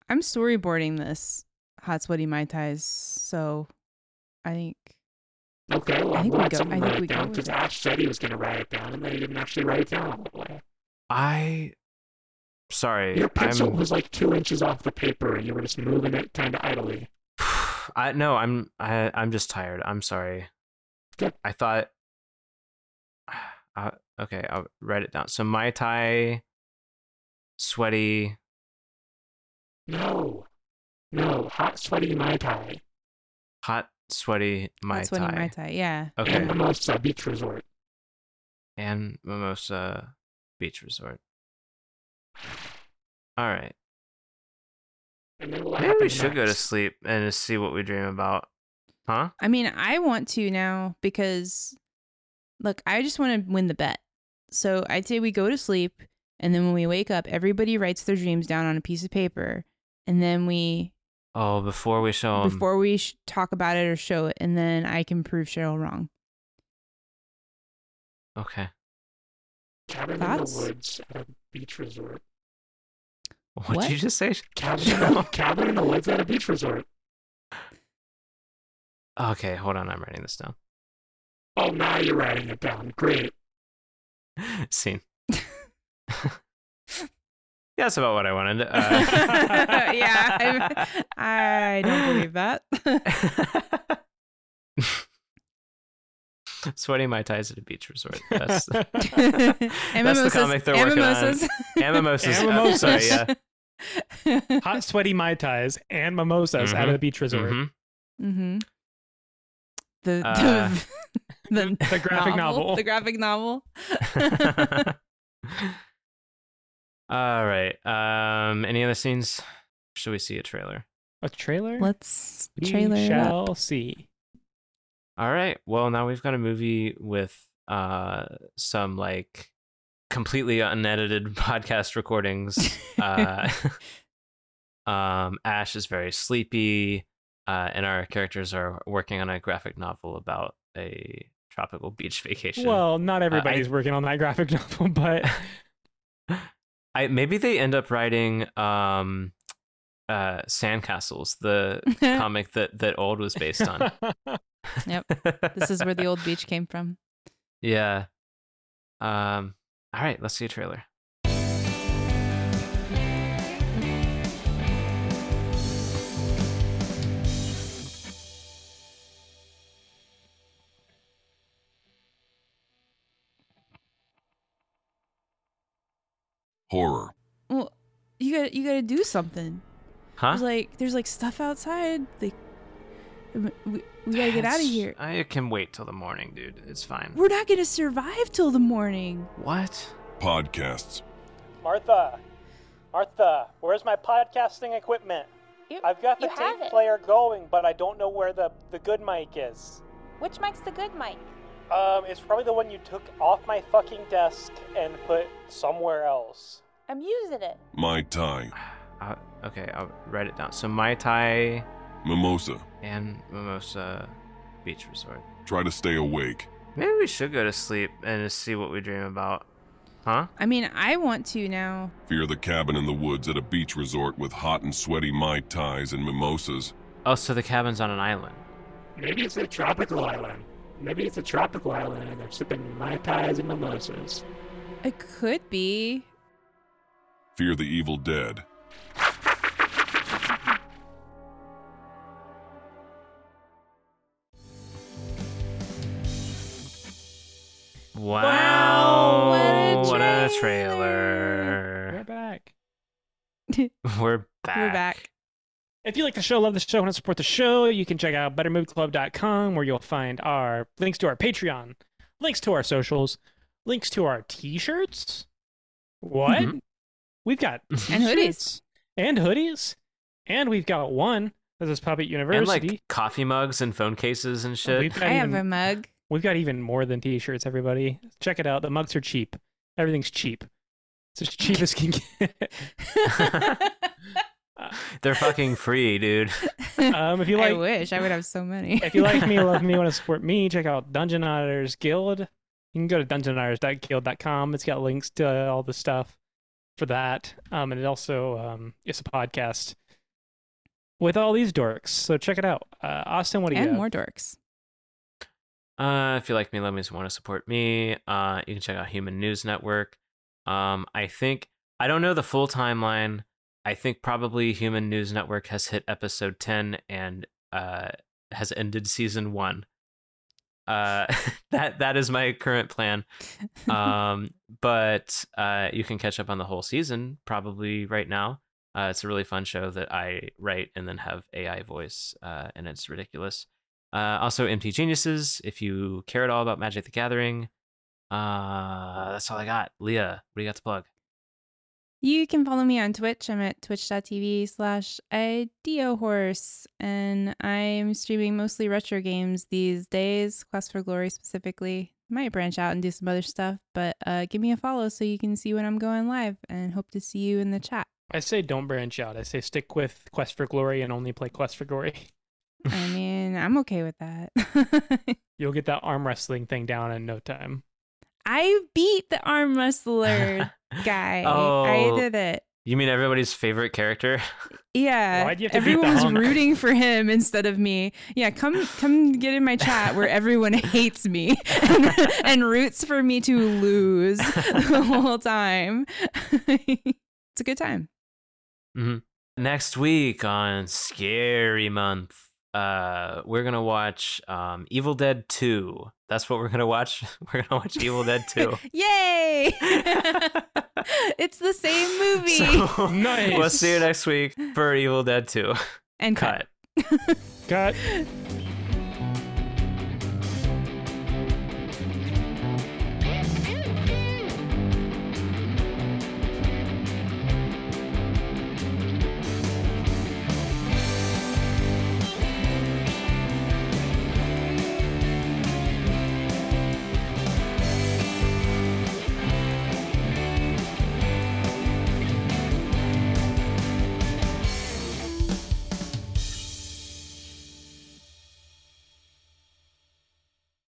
Speaker 2: I'm storyboarding this hot sweaty mai tais, so I think
Speaker 6: Okay, well,
Speaker 2: I think we
Speaker 6: I'm glad
Speaker 2: go-
Speaker 6: someone
Speaker 2: I think
Speaker 6: wrote
Speaker 2: we
Speaker 6: it
Speaker 2: go
Speaker 6: down
Speaker 2: with
Speaker 6: because
Speaker 2: it.
Speaker 6: Ash said he was going to write it down, and then he didn't actually write it down.
Speaker 5: I. Sorry,
Speaker 6: Your pencil
Speaker 5: I'm.
Speaker 6: was like two inches off the paper, and you were just moving it kind of idly.
Speaker 5: I no, I'm. I, I'm just tired. I'm sorry.
Speaker 6: Yeah.
Speaker 5: I thought. Uh, okay, I'll write it down. So mai tai, sweaty.
Speaker 6: No, no, hot sweaty mai tai
Speaker 5: hot sweaty mai
Speaker 2: hot sweaty
Speaker 5: tai.
Speaker 2: mai tai. Yeah.
Speaker 5: Okay,
Speaker 6: and mimosa beach resort.
Speaker 5: and mimosa beach resort. All right,
Speaker 6: And then what
Speaker 5: maybe we
Speaker 6: happened
Speaker 5: should go to
Speaker 6: next?
Speaker 5: sleep and just see what we dream about, huh?
Speaker 2: I mean, I want to now because look, I just want to win the bet. So I'd say we go to sleep and then when we wake up, everybody writes their dreams down on a piece of paper and then we
Speaker 5: Oh, before we show 'em-
Speaker 2: before we sh- talk about it or show it and then I can prove Cheryl wrong.
Speaker 5: Okay,
Speaker 6: Cabin
Speaker 2: Thoughts?
Speaker 6: in the woods at a beach resort.
Speaker 5: what
Speaker 2: What?
Speaker 5: did you just say?
Speaker 6: Cabin, in the- cabin in the woods at a beach resort.
Speaker 5: Okay, hold on, I'm writing this down.
Speaker 6: Oh, now you're writing it down. Great.
Speaker 5: Scene. yeah, that's about what I wanted. Uh,
Speaker 2: yeah. I, I don't believe that.
Speaker 5: sweaty mai tais at a beach resort. That's
Speaker 2: and
Speaker 5: That's the
Speaker 2: mimosas-
Speaker 5: comic they're
Speaker 2: and
Speaker 5: working on.
Speaker 2: mimosas.
Speaker 5: and mimosas.
Speaker 4: And
Speaker 5: Oh, sorry,
Speaker 4: mimosas.
Speaker 5: yeah.
Speaker 4: Hot sweaty mai tais and mimosas out of
Speaker 5: Mhm.
Speaker 4: the beach resort.
Speaker 5: Mhm.
Speaker 2: Mm-hmm. The the,
Speaker 5: Uh,
Speaker 2: the
Speaker 4: The graphic novel.
Speaker 2: The graphic novel.
Speaker 5: Mm-hmm. All right. Um, any other scenes? Should we see a trailer?
Speaker 4: A trailer.
Speaker 2: Let's
Speaker 4: we
Speaker 2: trailer it up.
Speaker 4: shall see.
Speaker 5: All right. Well, now we've got a movie with uh some like completely unedited podcast recordings. Uh, um, Ash is very sleepy, uh, and our characters are working on a graphic novel about a tropical beach vacation.
Speaker 4: Well,
Speaker 5: Uh,
Speaker 4: not everybody's working on that graphic novel, but
Speaker 5: I maybe they end up writing um uh sandcastles, the comic that that old was based on.
Speaker 2: this is where the old beach came from.
Speaker 5: Yeah. Um all right, let's see a trailer.
Speaker 9: Horror.
Speaker 2: Well, you got to you got to do something.
Speaker 5: Huh?
Speaker 2: There's like there's like stuff outside. Like we, we gotta get out of
Speaker 5: It's-
Speaker 2: here.
Speaker 5: I can wait till the morning, dude. It's fine.
Speaker 2: We're not gonna survive till the morning.
Speaker 5: What?
Speaker 9: Podcasts.
Speaker 7: Martha, Martha, where's my podcasting equipment?
Speaker 8: You-
Speaker 7: I've got the
Speaker 8: you have
Speaker 7: tape
Speaker 8: it.
Speaker 7: player going, but I don't know where the, the good mic is.
Speaker 8: Which mic's the good mic?
Speaker 7: Um, it's probably the one you took off my fucking desk and put somewhere else.
Speaker 8: I'm using it.
Speaker 9: Mai Tai.
Speaker 5: Uh, okay, I'll write it down. So Mai Tai
Speaker 9: Mimosa.
Speaker 5: and Mimosa Beach Resort.
Speaker 9: Try to stay awake.
Speaker 5: Maybe we should go to sleep and just see what we dream about. Huh?
Speaker 2: I mean, I want to now.
Speaker 9: Fear the cabin in the woods at a beach resort with hot and sweaty Mai Tais and mimosas.
Speaker 5: Oh, so the cabin's on an island.
Speaker 6: Maybe it's a tropical island. Maybe it's a tropical island, and they're sipping mai tais and mimosas.
Speaker 2: It could be.
Speaker 9: Fear the evil dead.
Speaker 5: Wow.
Speaker 2: Wow, what a
Speaker 4: we're
Speaker 5: trailer.
Speaker 4: back.
Speaker 5: We're back.
Speaker 2: back.
Speaker 4: If you like the show, love the show, and want to support the show, you can check out bettermovieclub.com where you'll find our links to our Patreon, links to our socials, links to our t-shirts. What?
Speaker 5: Mhm.
Speaker 4: We've got
Speaker 2: Mm-hmm. And hoodies.
Speaker 4: t-shirts and hoodies, and we've got one that is Puppet
Speaker 5: And
Speaker 4: University.
Speaker 5: like coffee mugs and phone cases and shit.
Speaker 4: we've got
Speaker 2: I have
Speaker 4: even-
Speaker 2: a mug.
Speaker 4: We've got even more than t-shirts, everybody. Check it out. The mugs are cheap. Everything's cheap. It's as cheap as can get.
Speaker 5: They're fucking free, dude.
Speaker 4: Um, if you
Speaker 2: I
Speaker 4: like,
Speaker 2: wish I would have so many.
Speaker 4: if you like me, love me, want to support me, check out Dungeon Auditors Guild. You can go to dungeonauditors.guild.com. It's got links to all the stuff for that. Um, and it also um, it's a podcast. with all these dorks. So check it out. Uh, Austin, what do you
Speaker 2: and
Speaker 4: have?
Speaker 2: more dorks.
Speaker 5: Uh, if you like me, love me, want to support me, uh, you can check out Human News Network. Um, I think I don't know the full timeline. I think probably Human News Network has hit episode ten and uh has ended season one. Uh, that that is my current plan.
Speaker 4: Uh,
Speaker 5: Um, but uh, you can catch up on the whole season probably right now. Uh, it's a really fun show that I write and then have AI voice, uh, and it's ridiculous. Uh, also, Empty Geniuses, if you care at all about Magic the Gathering. Uh, that's all I got. Leah, what do you got to plug?
Speaker 2: You can follow me on Twitch. I'm at twitch.tv slash ideohorse. And I'm streaming mostly retro games these days, Quest for Glory specifically. Might branch out and do some other stuff, but uh, give me a follow so you can see when I'm going live and hope to see you in the chat.
Speaker 4: I say don't branch out. I say stick with Quest for Glory and only play Quest for Glory.
Speaker 2: I mean, I'm okay with that.
Speaker 4: You'll get that arm wrestling thing down in no time.
Speaker 2: I beat the arm wrestler guy.
Speaker 5: Oh.
Speaker 2: I did it.
Speaker 5: You mean everybody's favorite character?
Speaker 2: Yeah,
Speaker 4: Why'd you have to beat the
Speaker 2: everyone was
Speaker 4: Hulk?
Speaker 2: rooting for him instead of me. Yeah, come come get in my chat where everyone hates me and, and roots for me to lose the whole time. it's a good time.
Speaker 5: Next week on Scary Month, uh, we're gonna watch um, Evil Dead Two. That's what we're gonna watch. We're gonna watch Evil Dead Two.
Speaker 2: Yay! it's the same movie.
Speaker 5: So,
Speaker 4: Nice.
Speaker 5: We'll see you next week for Evil Dead Two.
Speaker 2: and
Speaker 5: Cut.
Speaker 4: Cut.
Speaker 2: cut.